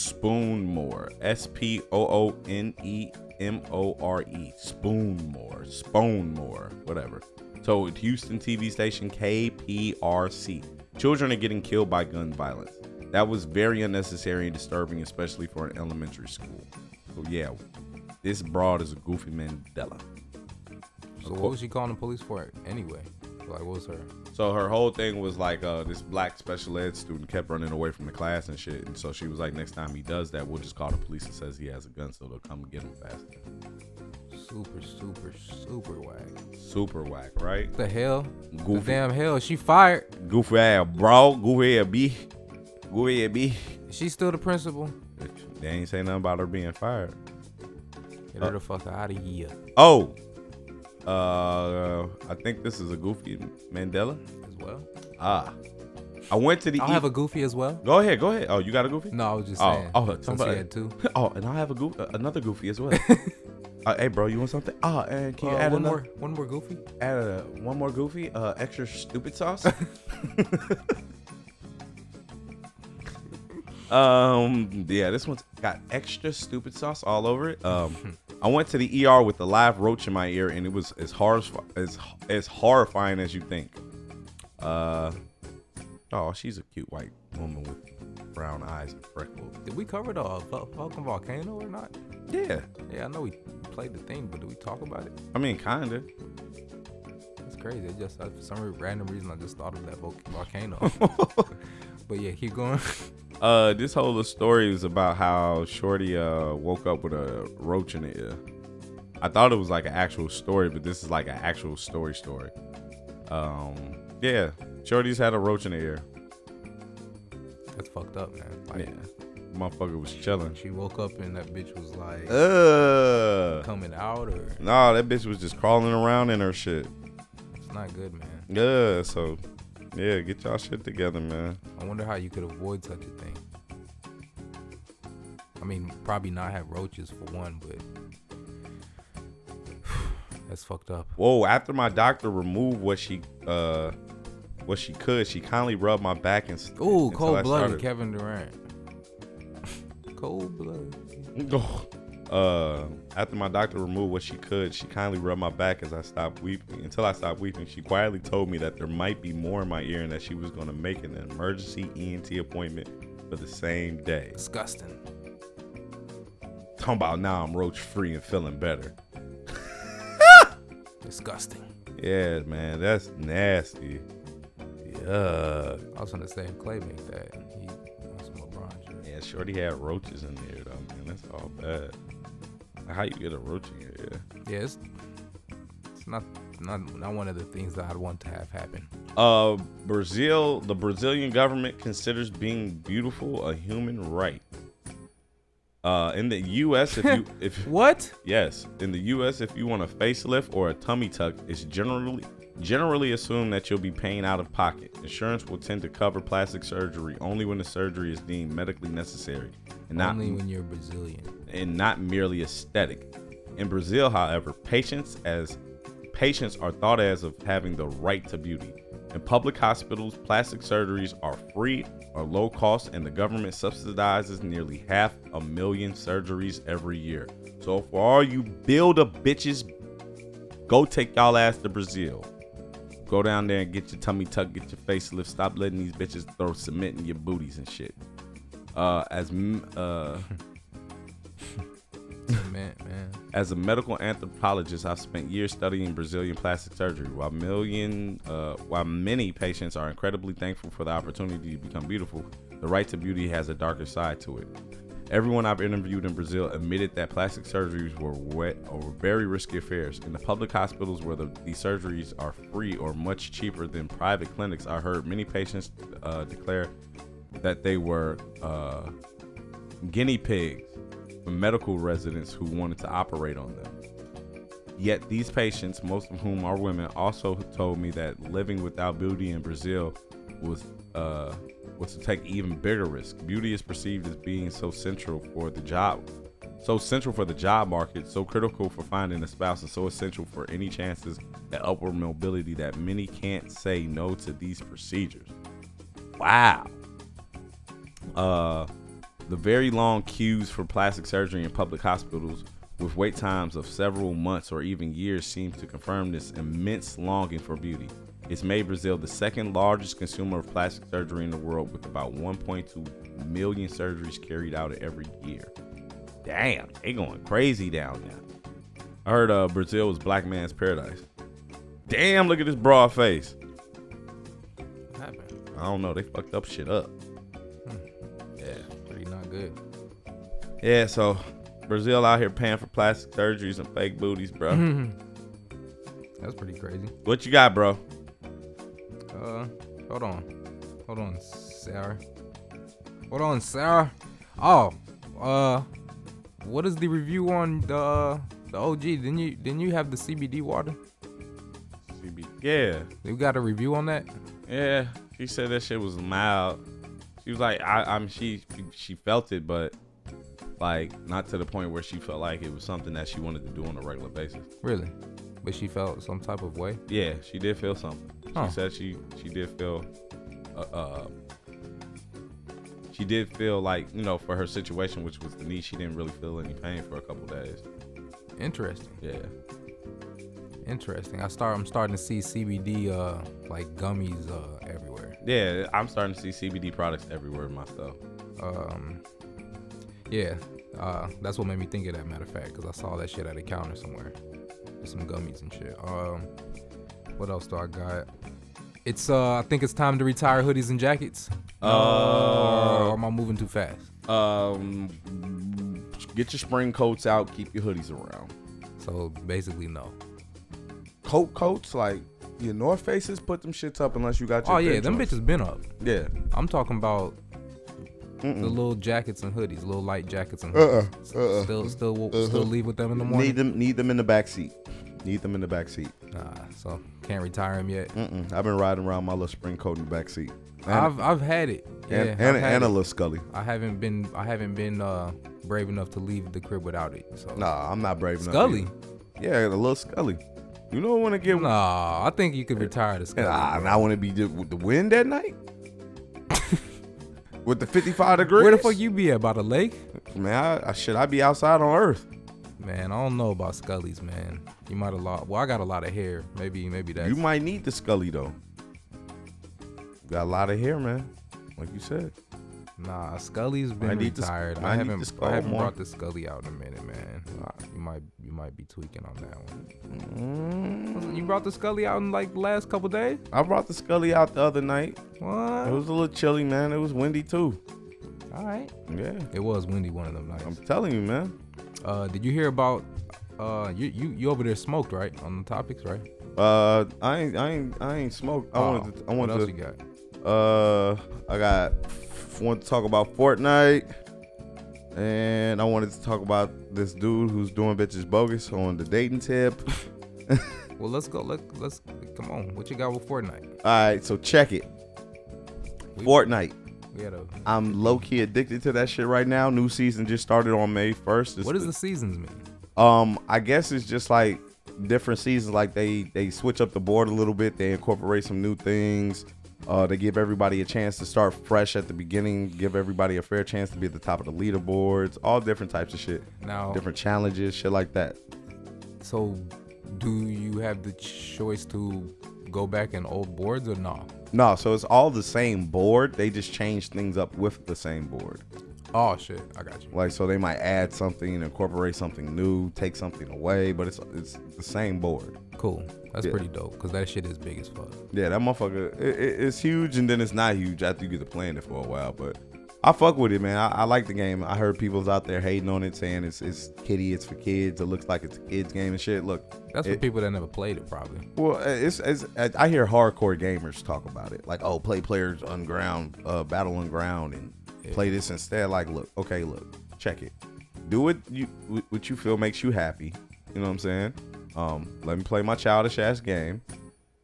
S1: Spoonmore. S P O O N E M O R E. Spoonmore. Spoonmore. Whatever. Told Houston TV station KPRC. Children are getting killed by gun violence. That was very unnecessary and disturbing, especially for an elementary school. So yeah, this broad is a goofy Mandela.
S2: So what was she calling the police for anyway? Like, what was her?
S1: So her whole thing was like uh, this black special ed student kept running away from the class and shit, and so she was like, next time he does that, we'll just call the police and says he has a gun, so they'll come get him fast.
S2: Super, super, super whack.
S1: Super whack, right?
S2: The hell? The
S1: Goofy.
S2: damn hell. She fired.
S1: Goofy ass, bro. Goofy ass, b. Goofy ass, b.
S2: She still the principal.
S1: They ain't say nothing about her being fired.
S2: Get
S1: Uh.
S2: her the fuck out of here.
S1: Oh, uh, I think this is a goofy Mandela
S2: as well.
S1: Ah, I went to the. E-
S2: I'll have a goofy as well.
S1: Go ahead, go ahead. Oh, you got a goofy?
S2: No, I was just
S1: oh,
S2: saying,
S1: Oh,
S2: since he
S1: somebody
S2: had two.
S1: Oh, and I'll have a goof, another goofy as well. uh, hey, bro, you want something? Oh, and can you
S2: Uh,
S1: add
S2: one
S1: another-
S2: more? One more goofy?
S1: Add a, one more goofy. Uh, extra stupid sauce. um, yeah, this one's got extra stupid sauce all over it. Um, I went to the ER with a live roach in my ear, and it was as hor- as as horrifying as you think. Uh, oh, she's a cute white woman with brown eyes and freckles.
S2: Did we cover the uh, fu- fucking volcano or not?
S1: Yeah.
S2: Yeah, I know we played the thing, but did we talk about it?
S1: I mean, kinda.
S2: It's crazy. I just I, for some re- random reason I just thought of that vo- volcano. but yeah, keep going.
S1: Uh, this whole story is about how Shorty uh woke up with a roach in the ear. I thought it was like an actual story, but this is like an actual story story. Um, yeah, Shorty's had a roach in the ear.
S2: That's fucked up, man. Like,
S1: yeah, motherfucker was chilling.
S2: She woke up and that bitch was like
S1: Uh,
S2: coming out or
S1: Nah, that bitch was just crawling around in her shit.
S2: it's not good, man.
S1: Yeah, so yeah, get y'all shit together, man.
S2: I wonder how you could avoid such a thing. I mean, probably not have roaches for one, but that's fucked up.
S1: Whoa, after my doctor removed what she uh what she could, she kindly rubbed my back and s-
S2: Ooh,
S1: until I
S2: cold blooded
S1: started-
S2: Kevin Durant. cold blooded.
S1: Uh, after my doctor removed what she could, she kindly rubbed my back as I stopped weeping. Until I stopped weeping, she quietly told me that there might be more in my ear and that she was going to make an emergency ENT appointment for the same day.
S2: Disgusting.
S1: Talking about now I'm roach free and feeling better.
S2: Disgusting.
S1: Yeah, man, that's nasty. Yeah.
S2: I was gonna say Clay make that. He wants some LeBron. shit.
S1: Yeah, Shorty had roaches in there though, man. That's all bad. How you get a roach in your ear?
S2: Yeah, it's, it's not not not one of the things that I'd want to have happen.
S1: Uh, Brazil, the Brazilian government considers being beautiful a human right. Uh, in the U.S., if you if
S2: what
S1: yes, in the U.S., if you want a facelift or a tummy tuck, it's generally generally assumed that you'll be paying out of pocket. Insurance will tend to cover plastic surgery only when the surgery is deemed medically necessary, and not
S2: Only when you're Brazilian.
S1: and not merely aesthetic. In Brazil, however, patients as patients are thought as of having the right to beauty. In public hospitals, plastic surgeries are free or low cost, and the government subsidizes nearly half a million surgeries every year. So for all you build a bitches, go take y'all ass to Brazil. Go down there and get your tummy tuck, get your facelift. Stop letting these bitches throw cement in your booties and shit. Uh, as m- uh,
S2: Man, man.
S1: As a medical anthropologist, I've spent years studying Brazilian plastic surgery. While million, uh, while many patients are incredibly thankful for the opportunity to become beautiful, the right to beauty has a darker side to it. Everyone I've interviewed in Brazil admitted that plastic surgeries were wet or very risky affairs. In the public hospitals where the, the surgeries are free or much cheaper than private clinics, I heard many patients uh, declare that they were uh, guinea pigs for medical residents who wanted to operate on them. Yet these patients, most of whom are women, also told me that living without beauty in Brazil was uh, was to take even bigger risk. Beauty is perceived as being so central for the job, so central for the job market, so critical for finding a spouse, and so essential for any chances at upward mobility that many can't say no to these procedures. Wow. Uh, the very long queues for plastic surgery in public hospitals with wait times of several months or even years seems to confirm this immense longing for beauty. It's made Brazil the second largest consumer of plastic surgery in the world with about 1.2 million surgeries carried out every year. Damn, they going crazy down there. I heard uh, Brazil was black man's paradise. Damn, look at this broad face.
S2: What happened?
S1: I don't know, they fucked up shit up.
S2: Yeah. Pretty not good.
S1: Yeah, so Brazil out here paying for plastic surgeries and fake booties, bro.
S2: That's pretty crazy.
S1: what you got, bro?
S2: Uh, hold on, hold on, Sarah. Hold on, Sarah. Oh, uh, what is the review on the uh, the OG? Didn't you didn't you have the CBD water?
S1: CBD. Yeah.
S2: You got a review on that?
S1: Yeah, she said that shit was mild. She was like, I, I'm she she felt it, but like not to the point where she felt like it was something that she wanted to do on a regular basis.
S2: Really? But she felt some type of way.
S1: Yeah, she did feel something.
S2: Huh.
S1: She said she she did feel, uh, uh, she did feel like you know for her situation, which was the knee, she didn't really feel any pain for a couple days.
S2: Interesting.
S1: Yeah.
S2: Interesting. I start. I'm starting to see CBD uh like gummies uh everywhere. Oh,
S1: Yeah, I'm starting to see CBD products everywhere myself.
S2: Um, Yeah, Uh, that's what made me think of that. Matter of fact, because I saw that shit at a counter somewhere. There's some gummies and shit. Um, what else do I got? It's uh, I think it's time to retire hoodies and jackets.
S1: Uh,
S2: or am I moving too fast?
S1: Um, get your spring coats out. Keep your hoodies around.
S2: So basically, no.
S1: Coat coats like your North Faces. Put them shits up unless you got. Your
S2: oh yeah,
S1: big
S2: them
S1: joints.
S2: bitches been up.
S1: Yeah.
S2: I'm talking about the little jackets and hoodies, little light jackets and
S1: Uh-uh,
S2: hoodies.
S1: uh-uh.
S2: Still, still, will
S1: Uh-huh.
S2: still leave with them in the morning.
S1: Need them. Need them in the back seat. Need them in the back seat.
S2: Nah, so can't retire them yet.
S1: Mm-mm. I've been riding around my little spring coat in the back seat. And-
S2: I've I've had it.
S1: And,
S2: Yeah,
S1: and,
S2: I've
S1: and,
S2: had
S1: a
S2: it.
S1: little Scully.
S2: I haven't been I haven't been uh, brave enough to leave the crib without it. So
S1: Nah, I'm not brave enough.
S2: Scully?
S1: either. Yeah, a little Scully. You don't want to get.
S2: Nah, I think you could retire the Scully.
S1: Nah, and I want to be the, with the wind at night. with the 55 degrees.
S2: Where the fuck you be at? By the lake?
S1: Man, I, I should I be outside on Earth?
S2: Man, I don't know about Scully's, man. You might have lot. Well, I got a lot of hair. Maybe maybe that's
S1: You might need the Scully though. Got a lot of hair, man. Like you said.
S2: Nah, Scully's been
S1: I need to-
S2: retired.
S1: I
S2: I,
S1: need to
S2: haven't.
S1: scope
S2: I haven't
S1: more.
S2: brought the Scully out in a minute, man. You might. You might be tweaking on that one. Was it- You brought the Scully out in like the last couple days.
S1: Mm. I brought the Scully out the other night.
S2: What?
S1: It was a little chilly, man. It was windy too.
S2: All right.
S1: Yeah.
S2: It was windy one of them nights. I'm
S1: telling you, man.
S2: Uh, did you hear about? Uh, you you you over there smoked right on the topics right?
S1: Uh, I ain't, I ain't, I ain't smoked. I
S2: Oh,
S1: wanted, to, I
S2: what
S1: wanted
S2: else
S1: to.
S2: you
S1: Uh, I got. f- Wanted to talk about Fortnite, and I wanted to talk about this dude who's doing bitches bogus on the dating tip.
S2: Well, let's go. Let let's come on. What you got with Fortnite?
S1: All right, so check it. Fortnite.
S2: we had a-
S1: I'm low key addicted to that shit right now. New season just started on May 1st. It's
S2: What does the seasons mean?
S1: Um, I guess it's just like different seasons. Like they they switch up the board a little bit. They incorporate some new things. Uh, they give everybody a chance to start fresh at the beginning. Give everybody a fair chance to be at the top of the leaderboards. All different types of shit.
S2: Now-
S1: different challenges, shit like that.
S2: So, do you have the choice to go back in old boards or no?
S1: No, so it's all the same board. They just change things up with the same board.
S2: Oh shit, I got you.
S1: Like so, they might add something, incorporate something new, take something away, but it's it's the same board.
S2: Cool, that's
S1: Yeah.
S2: pretty dope because that shit is big as fuck.
S1: Yeah, that motherfucker, it, it- it's huge and then it's not huge after you get to playing it for a while. But I fuck with it, man. I, I like the game. I heard people's out there hating on it, saying it's it's kiddie, it's for kids. It looks like it's a kids game and shit. Look,
S2: That's for
S1: it,
S2: people that never played it, probably.
S1: Well, uh, it's, it's I I hear hardcore gamers talk about it, like oh, play players on ground, uh, battle on ground, and play this instead. Like, look, okay, look, check it. Do what you wh- what you feel makes you happy. You know what I'm saying? Um, let me play my childish ass game.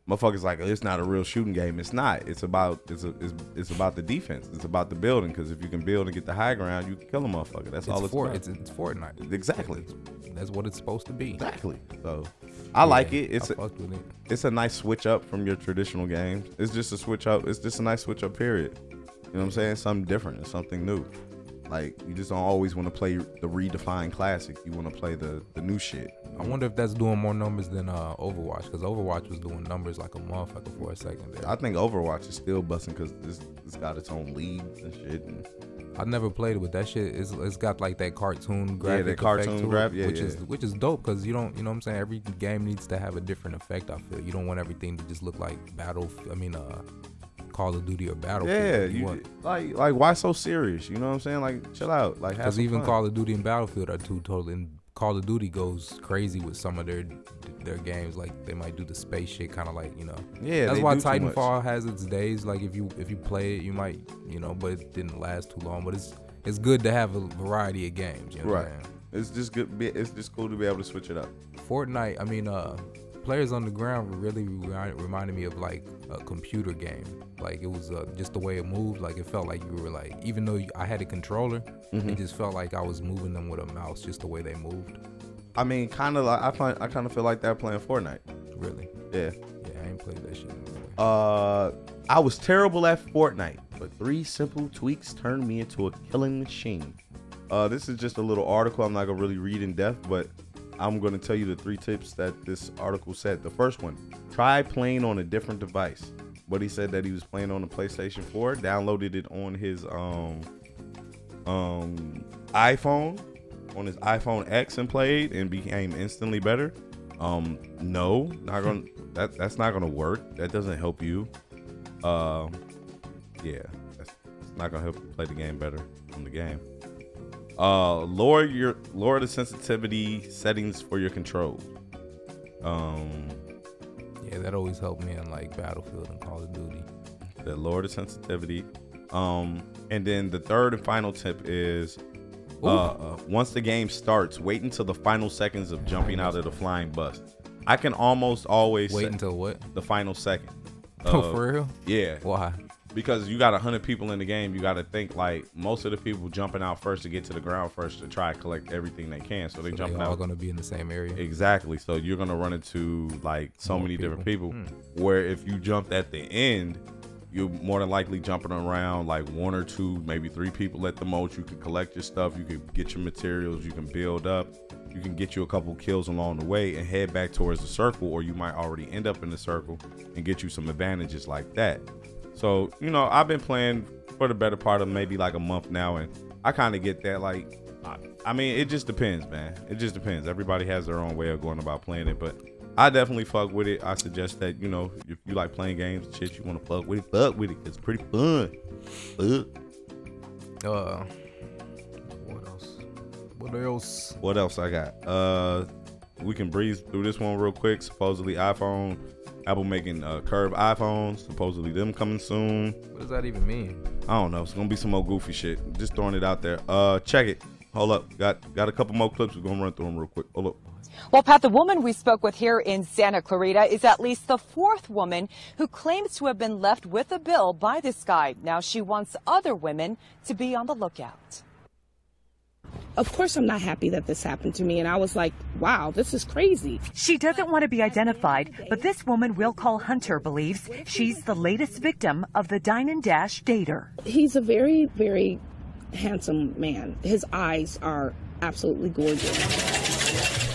S1: Motherfuckers like oh, it's not a real shooting game. It's not. It's about it's a, it's, it's about the defense. It's about the building. Because if you can build and get the high ground, you can kill a motherfucker. That's
S2: It's
S1: all it's
S2: for-
S1: about.
S2: it's- it's Fortnite.
S1: Exactly.
S2: That's what it's supposed to be.
S1: Exactly. So I like
S2: Yeah,
S1: it. It's
S2: I
S1: a,
S2: fucked with it.
S1: it's a nice switch up from your traditional games. It's just a switch up. It's just a nice switch up period. You know what I'm saying? Something different. It's something new. Like you just don't always want to play the redefined classic. You want to play the the new shit.
S2: I wonder if that's doing more numbers than uh, Overwatch because Overwatch was doing numbers like a motherfucker for a second there.
S1: I think Overwatch is still busting because it's, it's got its own leagues and shit. And
S2: I never played it, but that shit is it's got like that cartoon
S1: Yeah,
S2: graphic
S1: that cartoon
S2: effect to it,
S1: graph- yeah,
S2: which is
S1: yeah.
S2: which is dope because you don't you know what I'm saying every game needs to have a different effect. I feel you don't want everything to just look like battle. I mean, uh, Call of Duty or Battlefield.
S1: yeah,
S2: you,
S1: you,
S2: want
S1: like like why so serious? You know what I'm saying? Like chill out. Like have
S2: because
S1: some
S2: even
S1: fun.
S2: Call of Duty and Battlefield are two totally. And Call of Duty goes crazy with some of their their games. Like they might do the space shit, kind of like you know.
S1: Yeah,
S2: that's
S1: they
S2: why
S1: do too much.
S2: Titanfall has its days. Like if you if you play it, you might you know, but it didn't last too long. But it's it's good to have a variety of games. You know What I'm
S1: right.
S2: saying?
S1: It's just good. be- It's just cool to be able to switch it up.
S2: Fortnite, I mean, uh, Players on the Ground really remind, reminded me of like a computer game. Like it was uh, just the way it moved. Like it felt like you were like, even though you, I had a controller, it
S1: Mhm.
S2: just felt like I was moving them with a mouse, just the way they moved.
S1: I mean, kind of like I find I kind of feel like that playing Fortnite.
S2: Really?
S1: Yeah.
S2: Yeah, I ain't played that shit.
S1: Uh, I was terrible at Fortnite, but three simple tweaks turned me into a killing machine. Uh, this is just a little article. I'm not gonna really read in depth, but I'm gonna tell you the three tips that this article said. The first one: try playing on a different device. But he said that he was playing on the PlayStation 4, downloaded it on his um um iPhone, on his iPhone X and played and became instantly better? Um, no, not gonna. that that's not gonna work. That doesn't help you. Um, yeah, that's, it's not gonna help you play the game better on the game. Uh, lower your lower the sensitivity settings for your control. Um,
S2: Yeah, that always helped me in like Battlefield and Call of Duty.
S1: that lower the sensitivity. Um, and then the third and final tip is uh, uh, once the game starts, wait until the final seconds of jumping out of the flying bus. I can almost always
S2: Wait
S1: until what the final second.
S2: Oh,
S1: of-
S2: for real?
S1: Yeah.
S2: Why?
S1: Because you got hundred people in the game, you got to think like most of the people jumping out first to get to the ground first to try to collect everything they can. So
S2: So
S1: they
S2: they
S1: jumping
S2: all
S1: out.
S2: gonna be in the same area.
S1: Exactly. So you're gonna run into like so
S2: More
S1: many different
S2: people.
S1: people. Where if you jumped at the end, you're more than likely jumping around like one or two, maybe three people at the most. You can collect your stuff. You can get your materials. You can build up. You can get you a couple kills along the way and head back towards the circle, or you might already end up in the circle and get you some advantages like that. So you know, I've been playing for the better part of maybe like a month now, and I kind of get that like I- I mean, it just depends, man. It just depends. Everybody has their own way of going about playing it, but I definitely fuck with it. I suggest that you know, if you like playing games, and shit, you want to fuck with it, fuck with it. It's pretty fun. Fuck.
S2: Uh, what else? What else?
S1: What else I got? Uh, we can breeze through this one real quick. Supposedly iPhone, Apple making uh, curved iPhones. Supposedly them coming soon.
S2: What does that even mean?
S1: I don't know. It's gonna be some more goofy shit. Just throwing it out there. Uh, check it. Hold up. Got got a couple more clips. We're gonna run through them real quick. Hold up.
S3: Well, Pat, the woman we spoke with here in Santa Clarita is at least the fourth woman who claims to have been left with a bill by this guy. Now she wants other women to be on the lookout.
S6: Of course, I'm not happy that this happened to me, and I was like, wow, this is crazy. She doesn't want to be identified, but this woman will call Hunter believes she's the latest victim of the Dine and Dash dater. He's a very, very handsome man. His eyes are absolutely gorgeous.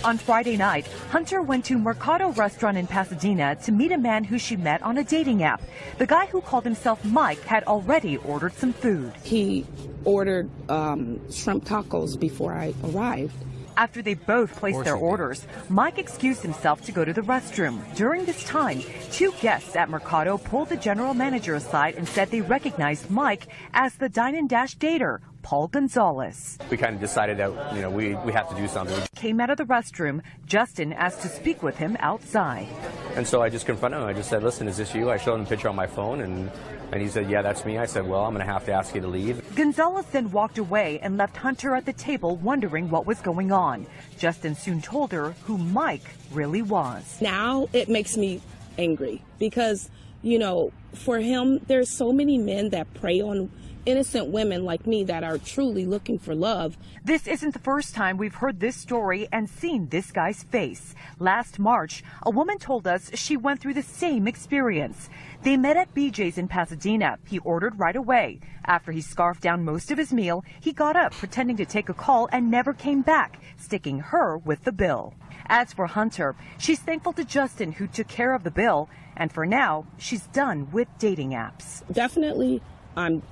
S23: On Friday night, Hunter went to Mercado Restaurant in Pasadena to meet a man who she met on a dating app. The guy who called himself Mike had already ordered some food.
S6: He ordered um, shrimp tacos before I arrived.
S23: After they both placed
S6: course
S23: their
S6: he did.
S23: orders, Mike excused himself to go to the restroom. During this time, two guests at Mercado pulled the general manager aside and said they recognized Mike as the Dine and Dash dater, Paul Gonzalez.
S24: We kind of decided that you know we we have to do something,
S23: Came out of the restroom. Justin asked to speak with him outside.
S24: and so I just confronted him. I just said, "Listen, is this you?" I showed him a picture on my phone, and and he said, "Yeah, that's me." I said, "Well, I'm going to have to ask you to leave."
S23: Gonzalez then walked away and left Hunter at the table wondering what was going on. Justin soon told her who Mike really was.
S6: Now it makes me angry because, you know, for him, there's so many men that prey on innocent women like me that are truly looking for love.
S23: This isn't the first time we've heard this story and seen this guy's face. Last March, a woman told us she went through the same experience. They met at BJ's in Pasadena. He ordered right away. After he scarfed down most of his meal, he got up pretending to take a call and never came back, sticking her with the bill. As for Hunter, she's thankful to Justin who took care of the bill, and for now, she's done with dating apps.
S6: Definitely, I'm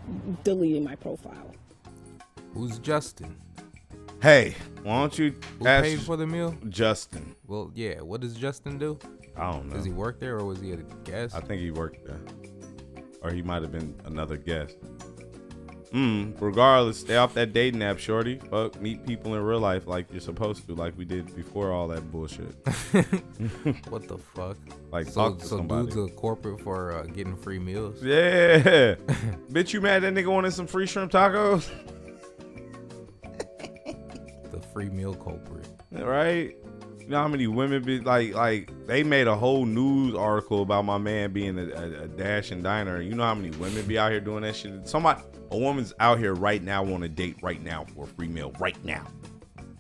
S6: deleting my profile.
S2: Who's Justin?
S1: Hey, why don't you
S2: Who
S1: ask
S2: paid for the meal?
S1: Justin.
S2: Well, yeah. What does Justin do?
S1: I don't know.
S2: Does he work there or was he a guest?
S1: I think he worked there. Or he might have been another guest. Mm, regardless, stay off that dating app, shorty. Fuck, meet people in real life like you're supposed to, like we did before all that bullshit.
S2: what the fuck?
S1: Like,
S2: so,
S1: talk to
S2: so
S1: somebody.
S2: dudes are corporate for uh, getting free meals.
S1: Yeah. Bitch, you mad that nigga wanted some free shrimp tacos?
S2: The free meal culprit.
S1: right? You know how many women be like, like they made a whole news article about my man being a, a, a dash and diner. You know how many women be out here doing that shit? Somebody, a woman's out here right now on a date right now for a free meal right now,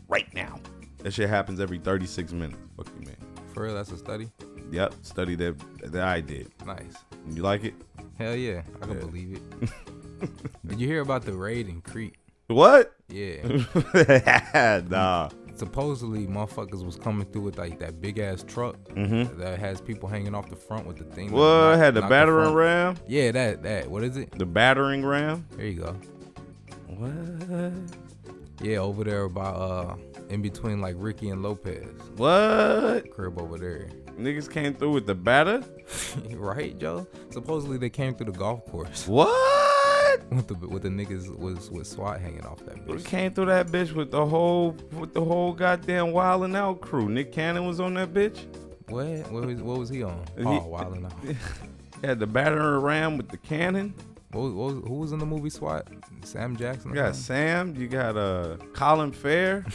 S1: right now. That shit happens every 36 minutes. Fuck you, man.
S2: For real, that's a study.
S1: Yep, study that that I did.
S2: Nice.
S1: You like it?
S2: Hell yeah, I can
S1: Yeah.
S2: believe it. Did you hear about the raid in Crete?
S1: What?
S2: Yeah.
S1: nah.
S2: Supposedly, motherfuckers was coming through with like that big ass truck
S1: Mhm.
S2: that has people hanging off the front with the thing. that
S1: Well, it
S2: knock-
S1: had the
S2: knock
S1: battering
S2: front.
S1: ram.
S2: Yeah, that that. What is it?
S1: The battering ram.
S2: There you go.
S1: What?
S2: Yeah, over there by uh in between like Ricky and Lopez.
S1: What?
S2: Crib over there.
S1: Niggas came through with the batter?
S2: right, Joe? Supposedly they came through the golf course.
S1: What?
S2: With the with the niggas was with SWAT hanging off that
S1: We
S2: bitch.
S1: came through that bitch with the whole with the whole goddamn Wild and Out crew. Nick Cannon was on that bitch.
S2: What? What was, what was he on?
S1: He-
S2: oh, wilding out.
S1: had the battering ram with the cannon.
S2: What was, what was, who was in the movie SWAT? Sam Jackson.
S1: You got Sam. You got uh Colin Fair.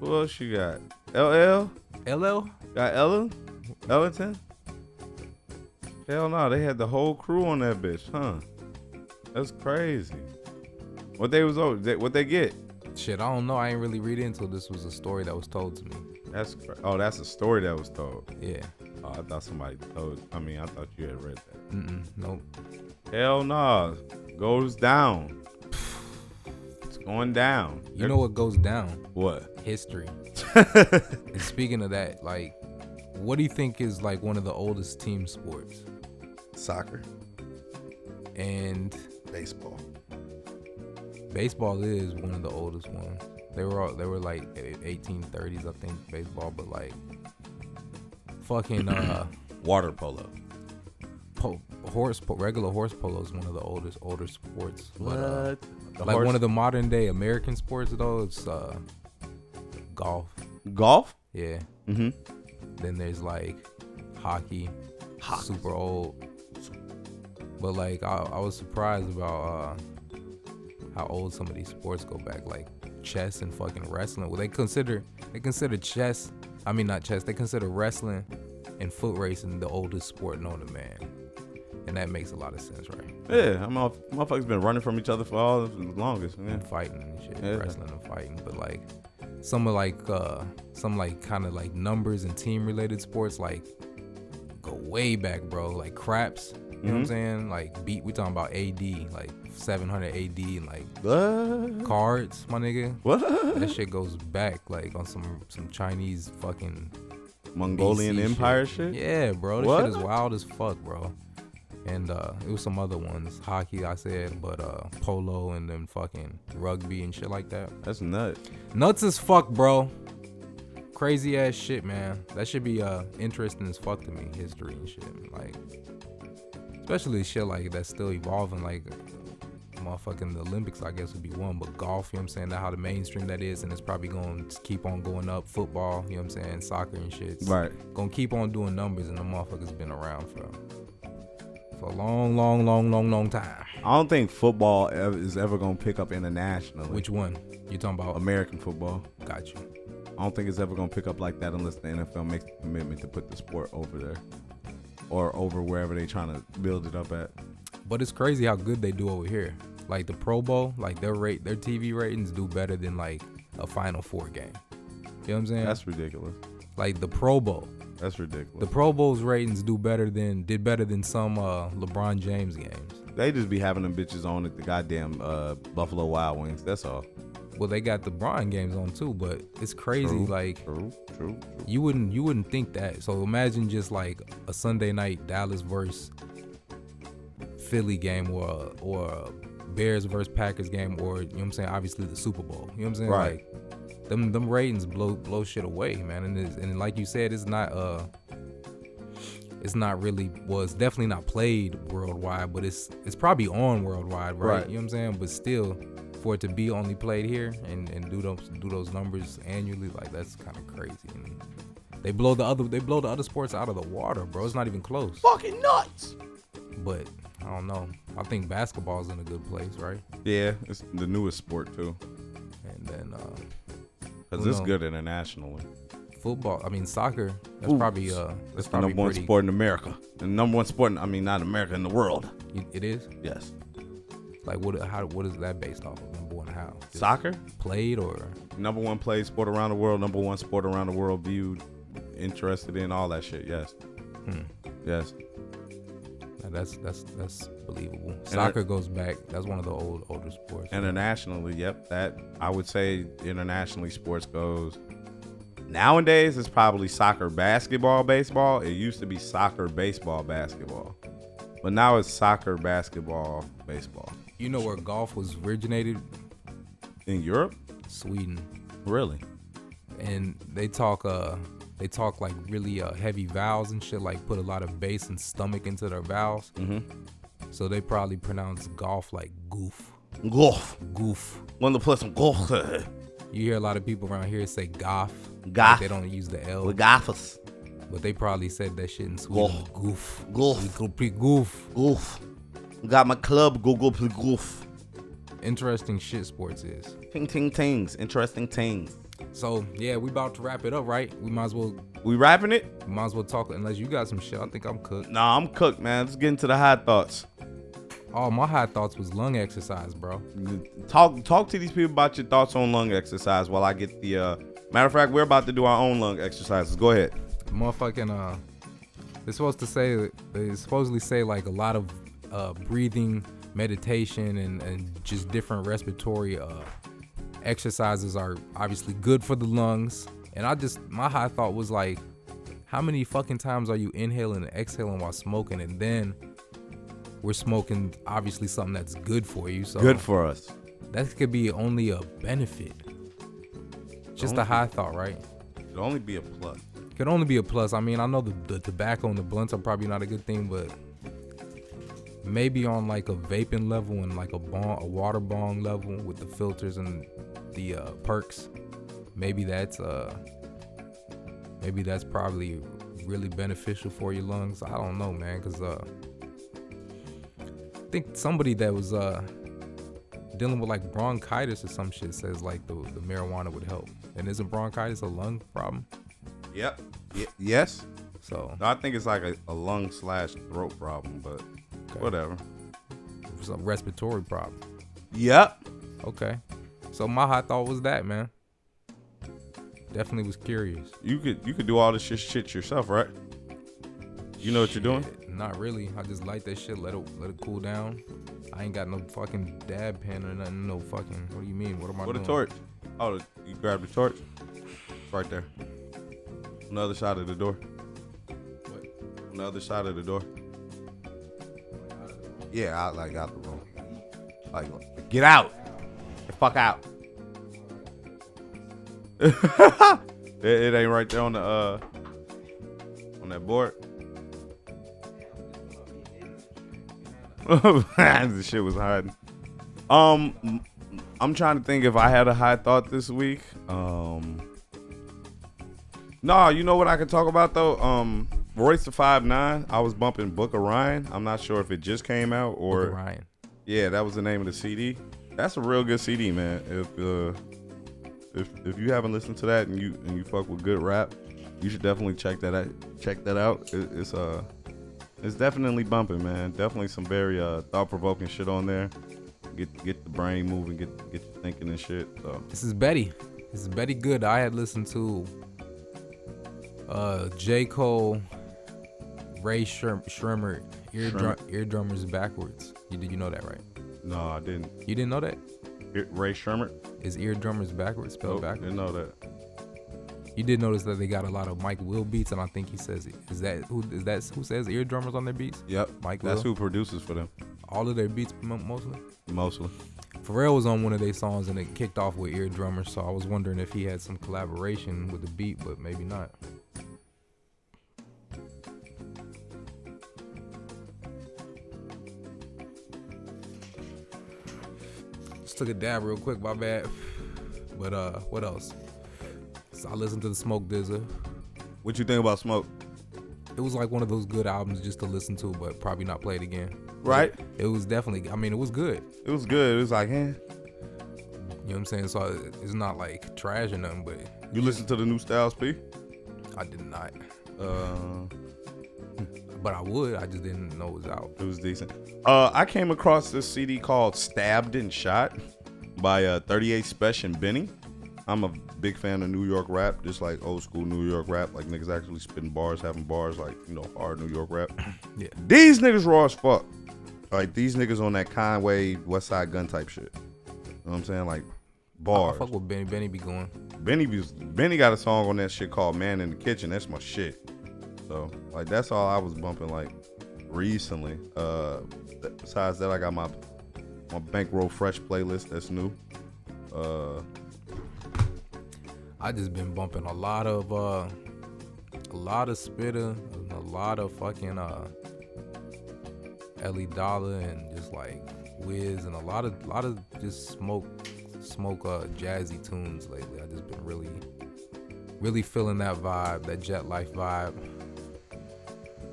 S1: Who else you got? LL.
S2: LL.
S1: Got Ellen. Ellington. Hell no, they had the whole crew on that bitch, huh? That's crazy. What they was over? They, what they get?
S2: Shit, I don't know. I ain't really read into this. Was a story that was told to me.
S1: That's cra- oh, that's a story that was told.
S2: Yeah.
S1: Oh, I thought somebody told. I mean, I thought you had read that.
S2: Mm-mm, nope.
S1: Hell nah. Goes down. It's going down.
S2: You know what goes down?
S1: What?
S2: History. and speaking of that, like, what do you think is like one of the oldest team sports?
S1: Soccer.
S2: And
S1: baseball.
S2: Baseball is one of the oldest ones. They were all they were like eh, 1830s, I think, baseball, but like fucking uh
S1: water polo.
S2: Po- horse po- regular horse polo is one of the oldest older sports. But, uh,
S1: What? The
S2: like
S1: horse-
S2: one of the modern day American sports though, it's uh golf.
S1: Golf?
S2: Yeah.
S1: Mhm.
S2: Then there's like hockey, super old. But like I, I was surprised about uh, how old some of these sports go back, like chess and fucking wrestling. Well, they consider they consider chess. I mean, not chess. They consider wrestling and foot racing the oldest sport known to man, and that makes a lot of sense, right?
S1: Yeah, I'm all, motherfuckers been running from each other for all the longest. Man.
S2: fighting and shit,
S1: Yeah.
S2: wrestling and fighting. But like some of like uh some like kind of like numbers and team related sports like go way back, bro. Like craps, you know what I'm
S1: Mhm.
S2: saying? Like beat, we talking about AD, like 700 AD, and like
S1: What?
S2: cards, my nigga.
S1: What?
S2: That shit goes back like on some some Chinese fucking
S1: Mongolian
S2: BC
S1: Empire shit?
S2: Yeah, bro. This
S1: What?
S2: shit is wild as fuck, bro. And uh, it was some other ones, hockey, I said, but uh, polo and then fucking rugby and shit like that.
S1: That's nuts.
S2: Nuts as fuck, bro. Crazy ass shit, man. That should be uh interesting as fuck to me, history and shit. Like, especially shit like that's still evolving. Like, motherfucking the Olympics, I guess, would be one, but golf, you know what I'm saying? That how the mainstream that is, and it's probably going to keep on going up. Football, you know what I'm saying? Soccer and shit. It's
S1: Right.
S2: Gonna keep on doing numbers, and the motherfuckers been around for for a long, long, long, long, long time.
S1: I don't think football ev- is ever gonna pick up internationally.
S2: Which one? You talking about
S1: American football?
S2: Got you.
S1: I don't think it's ever gonna pick up like that unless the NFL makes the commitment to put the sport over there, or over wherever they trying to build it up at.
S2: But it's crazy how good they do over here. Like the Pro Bowl, like their rate, their TV ratings do better than like a Final Four game. You know what I'm saying?
S1: That's ridiculous.
S2: Like the Pro Bowl.
S1: That's ridiculous.
S2: The Pro Bowl's ratings do better than did better than some uh, LeBron James games.
S1: They just be having them bitches on at the goddamn uh, Buffalo Wild Wings. That's all.
S2: Well, they got the LeBron games on too, but it's crazy.
S1: True,
S2: like
S1: true, true,
S2: You wouldn't you wouldn't think that. So imagine just like a Sunday night Dallas versus Philly game or a- or a Bears versus Packers game or you know what I'm saying obviously the Super Bowl. You know what I'm saying?
S1: Right.
S2: Like them them ratings blow blow shit away, man. And it's, and like you said, it's not uh it's not really well it's definitely not played worldwide, but it's it's probably on worldwide, right?
S1: Right.
S2: You know what I'm saying? But still for it to be only played here and, and do those do those numbers annually, like that's kind of crazy. And they blow the other they blow the other sports out of the water, bro. It's not even close.
S1: Fucking nuts.
S2: But I don't know. I think basketball's in a good place, right?
S1: Yeah, it's the newest sport too.
S2: And then, uh,
S1: cause
S2: who
S1: it's
S2: knows?
S1: good internationally.
S2: Football. I mean, soccer. That's
S1: Ooh,
S2: probably uh, that's
S1: it's the
S2: probably
S1: number one
S2: pretty-
S1: sport in America. The number one sport. In, I mean, not America in the world.
S2: It- It is.
S1: Yes.
S2: Like what? How? What is that based off of? Number one, how? Just
S1: Soccer?
S2: played or
S1: Number one played sport around the world. Number one sport around the world viewed, interested in all that shit. Yes.
S2: Hmm.
S1: Yes.
S2: Now, that's that's that's believable.
S1: it-
S2: Soccer goes back. That's one of the old older sports.
S1: Internationally, yep. That I would say internationally sports goes. Nowadays it's probably soccer, basketball, baseball. It used to be soccer, baseball, basketball. But now it's soccer, basketball, baseball.
S2: You know where golf was originated?
S1: In Europe?
S2: Sweden.
S1: Really?
S2: And they talk uh they talk like really uh, heavy vowels and shit, like put a lot of bass and stomach into their vowels.
S1: Mhm.
S2: So they probably pronounce golf like goof.
S1: Golf.
S2: Goof.
S1: Wanted to play some golf.
S2: You hear a lot of people around here say goff.
S1: Goff.
S2: They don't use the L.
S1: We're goffers.
S2: But they probably said that shit in Sweden. Goof.
S1: Goof.
S2: We could play goof.
S1: Goof. Got my club. Go go play goof.
S2: Interesting shit sports is.
S1: Ting ting tings. Interesting tings.
S2: So yeah, we about to wrap it up, right? We might as well.
S1: We wrapping it.
S2: Might as well talk unless you got some shit. I think I'm cooked.
S1: Nah, I'm cooked, man. Let's get into the high thoughts.
S2: Oh, my high thoughts was lung exercise, bro.
S1: Talk talk to these people about your thoughts on lung exercise while I get the. Uh, matter of fact, we're about to do our own lung exercises. Go ahead.
S2: Motherfucking uh, they're supposed to say they supposedly say like a lot of uh breathing, meditation, and and just different respiratory uh exercises are obviously good for the lungs. And I just my high thought was like, how many fucking times are you inhaling and exhaling while smoking, and then we're smoking obviously something that's good for you. So
S1: Good for us.
S2: That could be only a benefit. Just a
S1: Only-
S2: high thought, right?
S1: It'd only be a plus.
S2: Could only be a plus. I mean, I know the, the tobacco and the blunts are probably not a good thing, but maybe on like a vaping level and like a bong, a water bong level with the filters and the uh, perks, maybe that's uh, maybe that's probably really beneficial for your lungs. I don't know, man, because uh, I think somebody that was uh dealing with like bronchitis or some shit says like the, the marijuana would help. And isn't bronchitis a lung problem?
S1: Yep. Y- yes.
S2: So
S1: I think it's like a, a lung slash throat problem, but whatever.
S2: It's a respiratory problem.
S1: Yep.
S2: Okay. So my hot thought was that, man. Definitely was curious.
S1: You could you could do all this shit, shit yourself, right? You know what you're doing.
S2: Not really. I just like that shit. Let it let it cool down. I ain't got no fucking dab pen or nothing. No fucking. What do you mean? What am I
S1: What a
S2: doing?
S1: torch. Oh, you grab the torch. It's right there. On the other side of the door. On the other side of the door. Yeah, I like out the room. Like, get out. The fuck out. it, it ain't right there on the uh on that board. this shit was hiding. Um, m- I'm trying to think if I had a high thought this week. Um, nah, you know what I could talk about though. Um, Royce the Five Nine. I was bumping Book of Ryan. I'm not sure if it just came out or
S2: Book of Ryan.
S1: Yeah, that was the name of the CD. That's a real good CD, man. If uh, if if you haven't listened to that and you and you fuck with good rap, you should definitely check that out. Check that out. It, it's uh, it's definitely bumping, man. Definitely some very uh, thought provoking shit on there. Get get the brain moving. Get get you thinking and shit. So
S2: This is Betty. This is Betty Good. I had listened to uh J. Cole, Ray Shrim- Shrimmer, eardrum, eardrummers backwards. You did you know that right?
S1: No, I didn't. E-,
S2: You didn't know that?
S1: Ray Shrimmer
S2: is eardrummers backwards spelled
S1: Nope,
S2: backwards.
S1: Didn't know that.
S2: You did notice that they got a lot of Mike Will beats, and I think he says is that who is that who says eardrummers on their beats?
S1: Yep,
S2: Mike
S1: That's
S2: Will.
S1: who produces for them
S2: All of their beats mo- mostly.
S1: mostly.
S2: Pharrell was on one of their songs and it kicked off with eardrummers, so I was wondering if he had some collaboration with the beat, but maybe not. Just took a dab real quick, my bad. But uh, what else? So I listened to the Smoke Dizza.
S1: What you think about Smoke?
S2: It was like one of those good albums just to listen to, but probably not played again.
S1: Right.
S2: It, was definitely. I mean, it was good.
S1: It was good. It was like, eh.
S2: You know what I'm saying? So it- it's not like trash or nothing, but
S1: You listen to the new Styles P?
S2: I did not.
S1: Uh,
S2: but I would. I just didn't know it was out.
S1: It was decent. Uh, I came across this CD called "Stabbed and Shot" by uh, 38 Special and Benny. I'm a big fan of New York rap, just like old school New York rap, like niggas actually spitting bars, having bars, like you know hard New York rap.
S2: Yeah.
S1: These niggas raw as fuck. Like these niggas on that Conway West Side Gun type shit. You know what I'm saying? Like bars.
S2: I fuck with Benny. Benny be going.
S1: Benny was Benny got a song on that shit called "Man in the Kitchen." That's my shit. So like that's all I was bumping like recently. Uh, th- besides that, I got my my bankroll fresh playlist that's new. Uh,
S2: I just been bumping a lot of uh a lot of spitter, and a lot of fucking uh Ellie Dollar and just like Wiz and a lot of lot of just smoke smoke uh jazzy tunes lately. I just been really really feeling that vibe, that jet life vibe.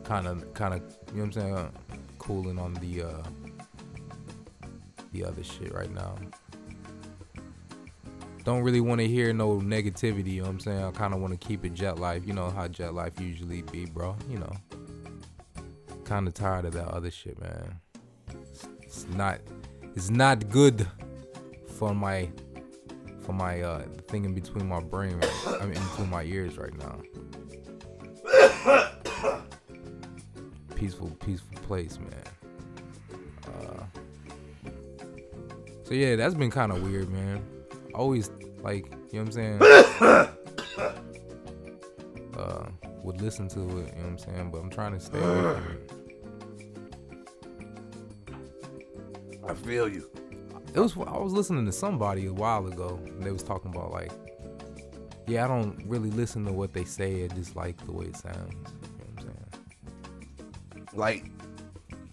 S2: Kind of kind of you know what I'm saying? Uh, Cooling on the uh the other shit right now. Don't really want to hear no negativity, you know what I'm saying? I kind of want to keep it jet life. You know how jet life usually be, bro. You know. Kind of tired of that other shit, man. It's, it's not it's not good for my for my uh thing in between my brain. Right, I mean, in between my ears right now. Peaceful, peaceful place, man. Uh, so yeah, that's been kind of weird, man. Always like, you know what I'm saying? uh, would listen to it, you know what I'm saying? But I'm trying to stay away from it.
S1: I feel you.
S2: It was I was listening to somebody a while ago, and they was talking about like, yeah, I don't really listen to what they say. I just like the way it sounds. You know what I'm saying?
S1: Like,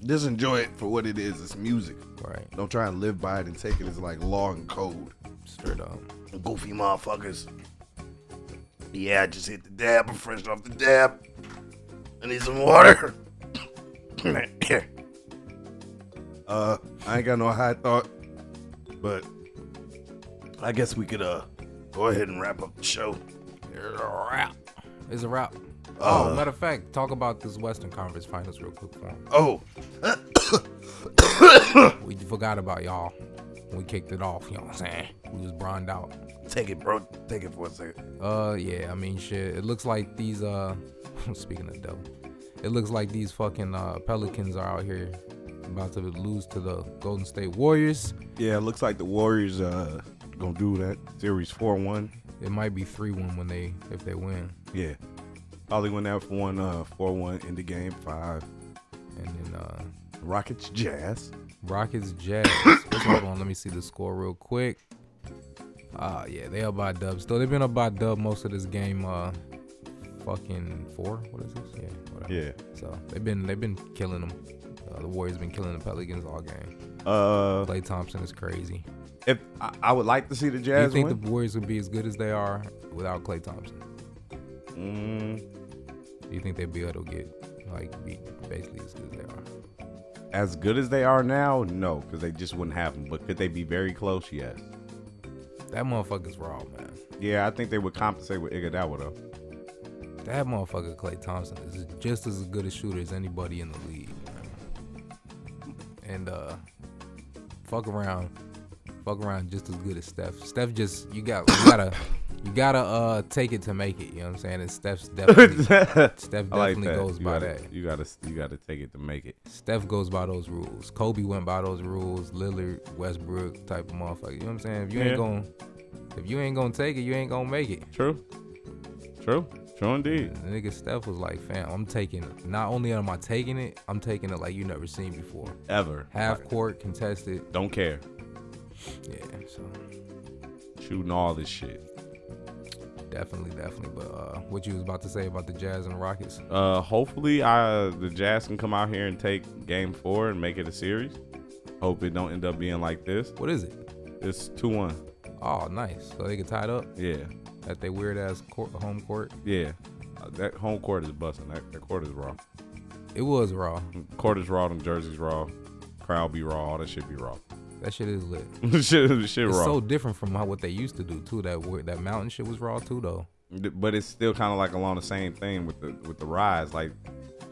S1: just enjoy it for what it is. It's music.
S2: Right.
S1: Don't try and live by it and take it as like law and code.
S2: Straight up.
S1: Goofy motherfuckers. Yeah, I just hit the dab. I'm fresh off the dab. I need some water. uh, I ain't got no high thought, but I guess we could uh go ahead and wrap up the show.
S2: Wrap. It's a wrap.
S1: Uh,
S2: oh, matter of fact, talk about this Western Conference Finals real quick for 'em.
S1: Oh,
S2: we forgot about y'all. We kicked it off. You know what I'm saying? We was broned out.
S1: Take it, bro. Take it for a second.
S2: Uh, yeah. I mean, shit. It looks like these. Uh, speaking of devil, it looks like these fucking uh, Pelicans are out here about to lose to the Golden State Warriors.
S1: Yeah, it looks like the Warriors uh gonna do that series four one.
S2: It might be three one when they if they win.
S1: Yeah, probably went out for one uh four one in the game five,
S2: and then uh
S1: Rockets Jazz.
S2: Rockets Jazz. What's- Hold on, let me see the score real quick. Ah, yeah, they up by dub. Still, they've been up by dub most of this game. Uh, fucking four. What is this? Yeah, whatever.
S1: Yeah.
S2: So they've been they've been killing them. Uh, the Warriors been killing the Pelicans all game.
S1: Uh,
S2: Clay Thompson is crazy.
S1: If I, I would like to see the
S2: Do you
S1: Jazz
S2: think
S1: win,
S2: the Warriors would be as good as they are without Clay Thompson?
S1: Mm.
S2: Do you think they'd be able to get like be basically as good as they are?
S1: as good as they are now, no, because they just wouldn't have them. But could they be very close? Yes.
S2: That motherfucker's raw, man.
S1: Yeah, I think they would compensate with Iguodala though.
S2: That motherfucker Clay Thompson is just as good a shooter as anybody in the league. man. And uh fuck around. Fuck around just as good as Steph. Steph just you got you gotta you gotta uh take it to make it, you know what I'm saying? And Steph's definitely Steph
S1: I
S2: definitely
S1: like that.
S2: goes
S1: you
S2: by
S1: gotta,
S2: that.
S1: You gotta you gotta take it to make it.
S2: Steph goes by those rules. Kobe went by those rules. Lillard, Westbrook type of motherfucker. You know what I'm saying? If you
S1: Yeah.
S2: ain't gonna if you ain't gonna take it, you ain't gonna make it.
S1: True. True. True indeed.
S2: The nigga Steph was like, fam, I'm taking it. Not only am I taking it, I'm taking it like you never seen before.
S1: Ever.
S2: Half court contested.
S1: Don't care.
S2: Yeah, so
S1: Shooting all this shit.
S2: definitely, definitely. But uh what you was about to say about the Jazz and the Rockets.
S1: Uh, hopefully, I the Jazz can come out here and take Game Four and make it a series. Hope it don't end up being like this.
S2: What is it?
S1: It's two one.
S2: Oh, nice. So they get tied up
S1: Yeah,
S2: at their weird ass court, home court.
S1: yeah. Uh, that home court is busting. That, that court is raw.
S2: It was raw.
S1: Court is raw. Them jerseys raw. Crowd be raw. All that shit be raw.
S2: That shit is lit.
S1: shit, shit
S2: it's
S1: raw.
S2: so different from how, what they used to do too. That wa- that mountain shit was raw too though.
S1: but it's still kind of like along the same thing with the with the rise like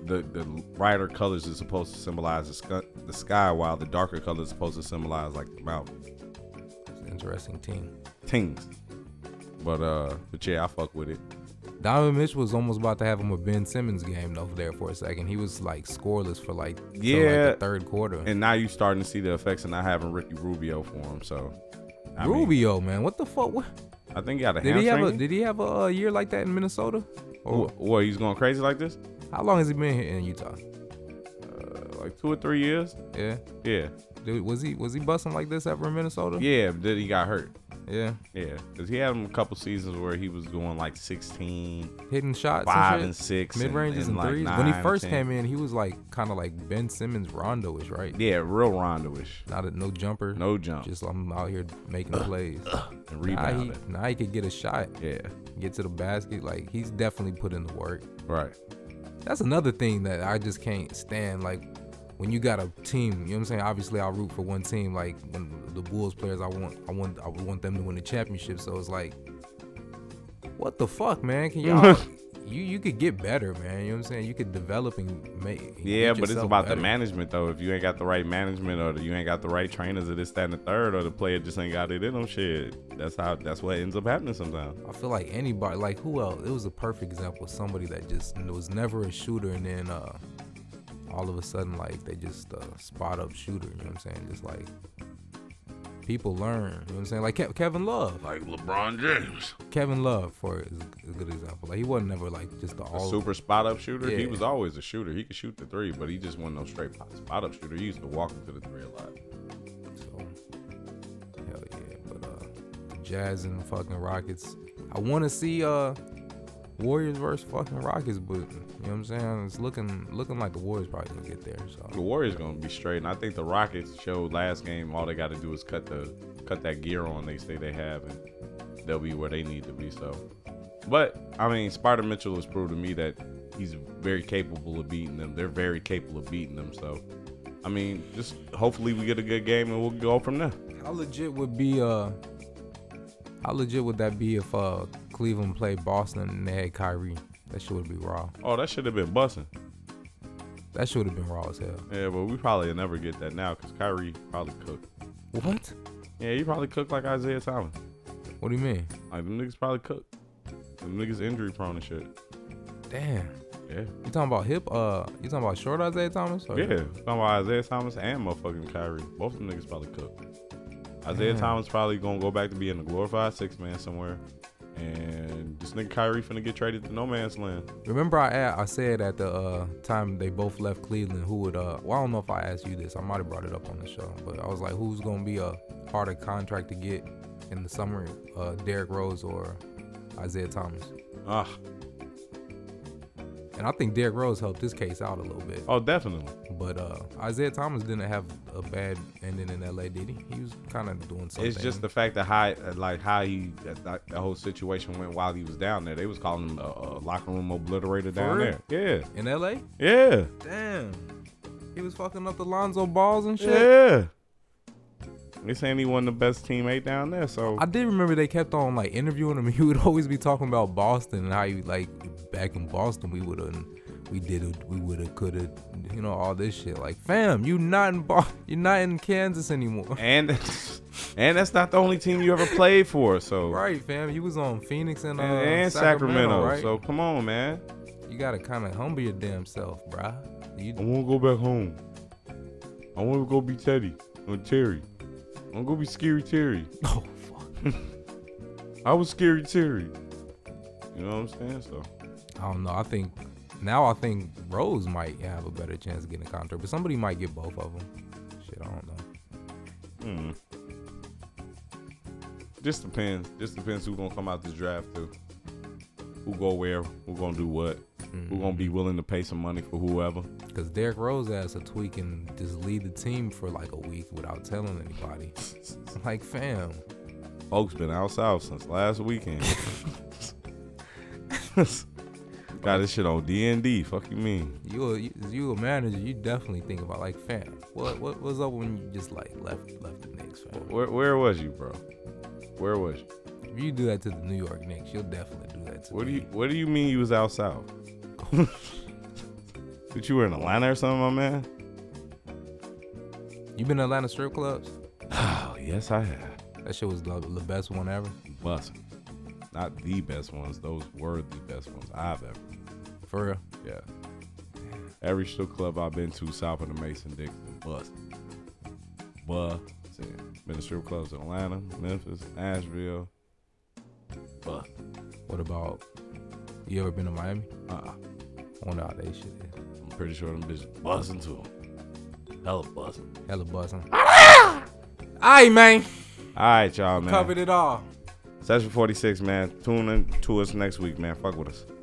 S1: the the brighter colors is supposed to symbolize the, sky, the sky while the darker colors supposed to symbolize like the mountain
S2: It's an interesting team.
S1: things but uh but yeah i fuck with it
S2: Donovan Mitchell was almost about to have him a Ben Simmons game though there for a second. He was like scoreless for like till, like, the
S1: yeah
S2: third quarter
S1: and now you starting to see the effects of not having ricky rubio for him so I mean,
S2: Rubio, man, what the fuck? What?
S1: i think he got a
S2: Did he have a
S1: hamstring
S2: Did he have a uh, year like that in Minnesota? Or
S1: Wh- what he's going crazy like this Uh,
S2: how long has he been here in Utah?
S1: like two or three years
S2: Yeah,
S1: yeah
S2: Dude, was he was he busting like this ever in Minnesota?
S1: yeah but then he got hurt Yeah. Yeah. Because he had him a couple seasons where he was going like 16,
S2: hitting shots,
S1: five
S2: and,
S1: and, six,
S2: mid ranges and,
S1: like,
S2: threes. when he
S1: nine,
S2: first
S1: 10.
S2: came in, he was like kind of like Ben Simmons Rondo-ish, right?
S1: Yeah, real Rondo-ish.
S2: Not a no jumper,
S1: no jump.
S2: Just I'm out here making plays
S1: and
S2: Now
S1: rebounding.
S2: he, now he could get a shot.
S1: Yeah,
S2: get to the basket. Like he's definitely put in the work.
S1: Right.
S2: That's another thing that I just can't stand. Like when you got a team, you know what I'm saying. Obviously, I root for one team. Like when the Bulls players, I want, I want, I would want them to win the championship. So it's like, what the fuck, man? Can y'all? you you could get better, man. You know what I'm saying. You could develop and make.
S1: Yeah,
S2: make
S1: but it's
S2: yourself
S1: about
S2: better.
S1: the management though. If you ain't got the right management, or you ain't got the right trainers, or this, that, and the third, or the player just ain't got it in them, shit. That's how. That's what ends up happening sometimes.
S2: I feel like anybody, like who else? It was a perfect example of somebody that just was never a shooter, and then uh, all of a sudden, like they just uh, spot up shooter. You know what I'm saying? Just like people learn. You know what I'm saying? Like Ke- Kevin Love,
S1: like LeBron James.
S2: Kevin Love for is a good example. Like he wasn't never like just the
S1: A
S2: all
S1: super spot up shooter. He
S2: Yeah.
S1: was always a shooter. He could shoot the three, but he just wasn't no straight pop- spot up shooter. He used to walk into the three a lot.
S2: Hell yeah, but uh, the Jazz and fucking Rockets. I want to see uh Warriors versus fucking Rockets, but you know what I'm saying? It's looking looking like the Warriors probably gonna get there. So
S1: The Warriors gonna be straight, and I think the Rockets showed last game all they got to do is cut the cut that gear on they say they have, and they'll be where they need to be. So, but I mean, Spider Mitchell has proved to me that he's very capable of beating them. They're very capable of beating them. So, I mean, just hopefully we get a good game and we'll go from there.
S2: How legit would be uh how legit would that be if uh Cleveland played Boston and they had Kyrie? That shit would be raw.
S1: Oh, that should have been busting.
S2: That should have been raw as hell.
S1: Yeah, but we probably never get that now because Kyrie probably cooked.
S2: What?
S1: Yeah, he probably cooked like Isaiah Thomas.
S2: What do you mean?
S1: Like them niggas probably cooked. Them niggas injury prone and shit.
S2: Damn.
S1: Yeah.
S2: You talking about hip uh you talking about short Isaiah Thomas? or-
S1: Yeah, talking about Isaiah Thomas and motherfucking Kyrie. Both of them niggas probably cooked. Isaiah
S2: Damn.
S1: Thomas probably gonna go back to being a glorified six man somewhere, and this nigga Kyrie finna get traded to no man's land.
S2: Remember I a- I said at the uh, time they both left Cleveland who would uh well I don't know if I asked you this I might have brought it up on the show but I was like who's gonna be a harder contract to get in the summer uh Derrick Rose or Isaiah Thomas
S1: ah
S2: and I think Derrick Rose helped his case out a little bit
S1: oh definitely
S2: but uh Isaiah Thomas didn't have a bad ending in LA did he he was kind of doing something
S1: It's just the fact that how like how he that, that- the whole situation went while he was down there. They was calling him a, a locker room obliterator down
S2: real?
S1: there.
S2: in LA
S1: Yeah, yeah,
S2: damn he was fucking up the Lonzo balls and shit
S1: yeah. They saying he wasn't the best teammate down there. So
S2: I did remember they kept on like interviewing him. He would always be talking about Boston and how he like back in Boston we would have, we did, it, we would have, could have, you know, all this shit. Like, fam, you not in Boston, you're not in Kansas anymore.
S1: and and that's not the only team you ever played for. So
S2: Right, fam, you was on Phoenix and uh,
S1: and, and Sacramento.
S2: right?
S1: So come on, man.
S2: you gotta kind of humble your damn self, bruh. You,
S1: I want to go back home. I want to go be Teddy or Terry. I'm gonna go be Scary Terry.
S2: Oh
S1: fuck. I was Scary Terry. You know what I'm saying? So
S2: I don't know. I think now I think Rose might have a better chance of getting a contract, but somebody might get both of them. Shit, I don't know.
S1: Hmm. Just depends. Just depends who gonna come out this draft too. Who go where? Who gonna do what? Who gonna
S2: Mm-hmm.
S1: be willing to pay some money for whoever?
S2: Cause Derrick Rose asked if we can just lead the team for like a week without telling anybody. like, fam,
S1: Folks been out south since last weekend. Got this shit on D and D. Fuck you mean?
S2: you a you a manager, you definitely think about like, fam, what what was up when you just like left left the Knicks, fam?
S1: Where where was you, bro? Where was you?
S2: If you do that to the New York Knicks, you'll definitely do that to
S1: What do
S2: me.
S1: you What do you mean you was out south? Did you were in Atlanta or something, my man?
S2: You been to Atlanta strip clubs?
S1: Oh yes, I have.
S2: That shit was the, the best one ever.
S1: Bust. Not the best ones. Those were the best ones I've ever.
S2: For real?
S1: Yeah. Every strip club I've been to south of the Mason Dixon bust. Bust. Been to strip clubs in Atlanta, Memphis, Nashville. Bust.
S2: What about you ever been to Miami?
S1: Uh uh
S2: I wonder how they shit is.
S1: I'm pretty sure them bitches busting to them. Hella busting.
S2: Hella busting. All right, man.
S1: All right, y'all, man.
S2: Covered it all.
S1: Session 46, man. Tune in to us next week, man. Fuck with us.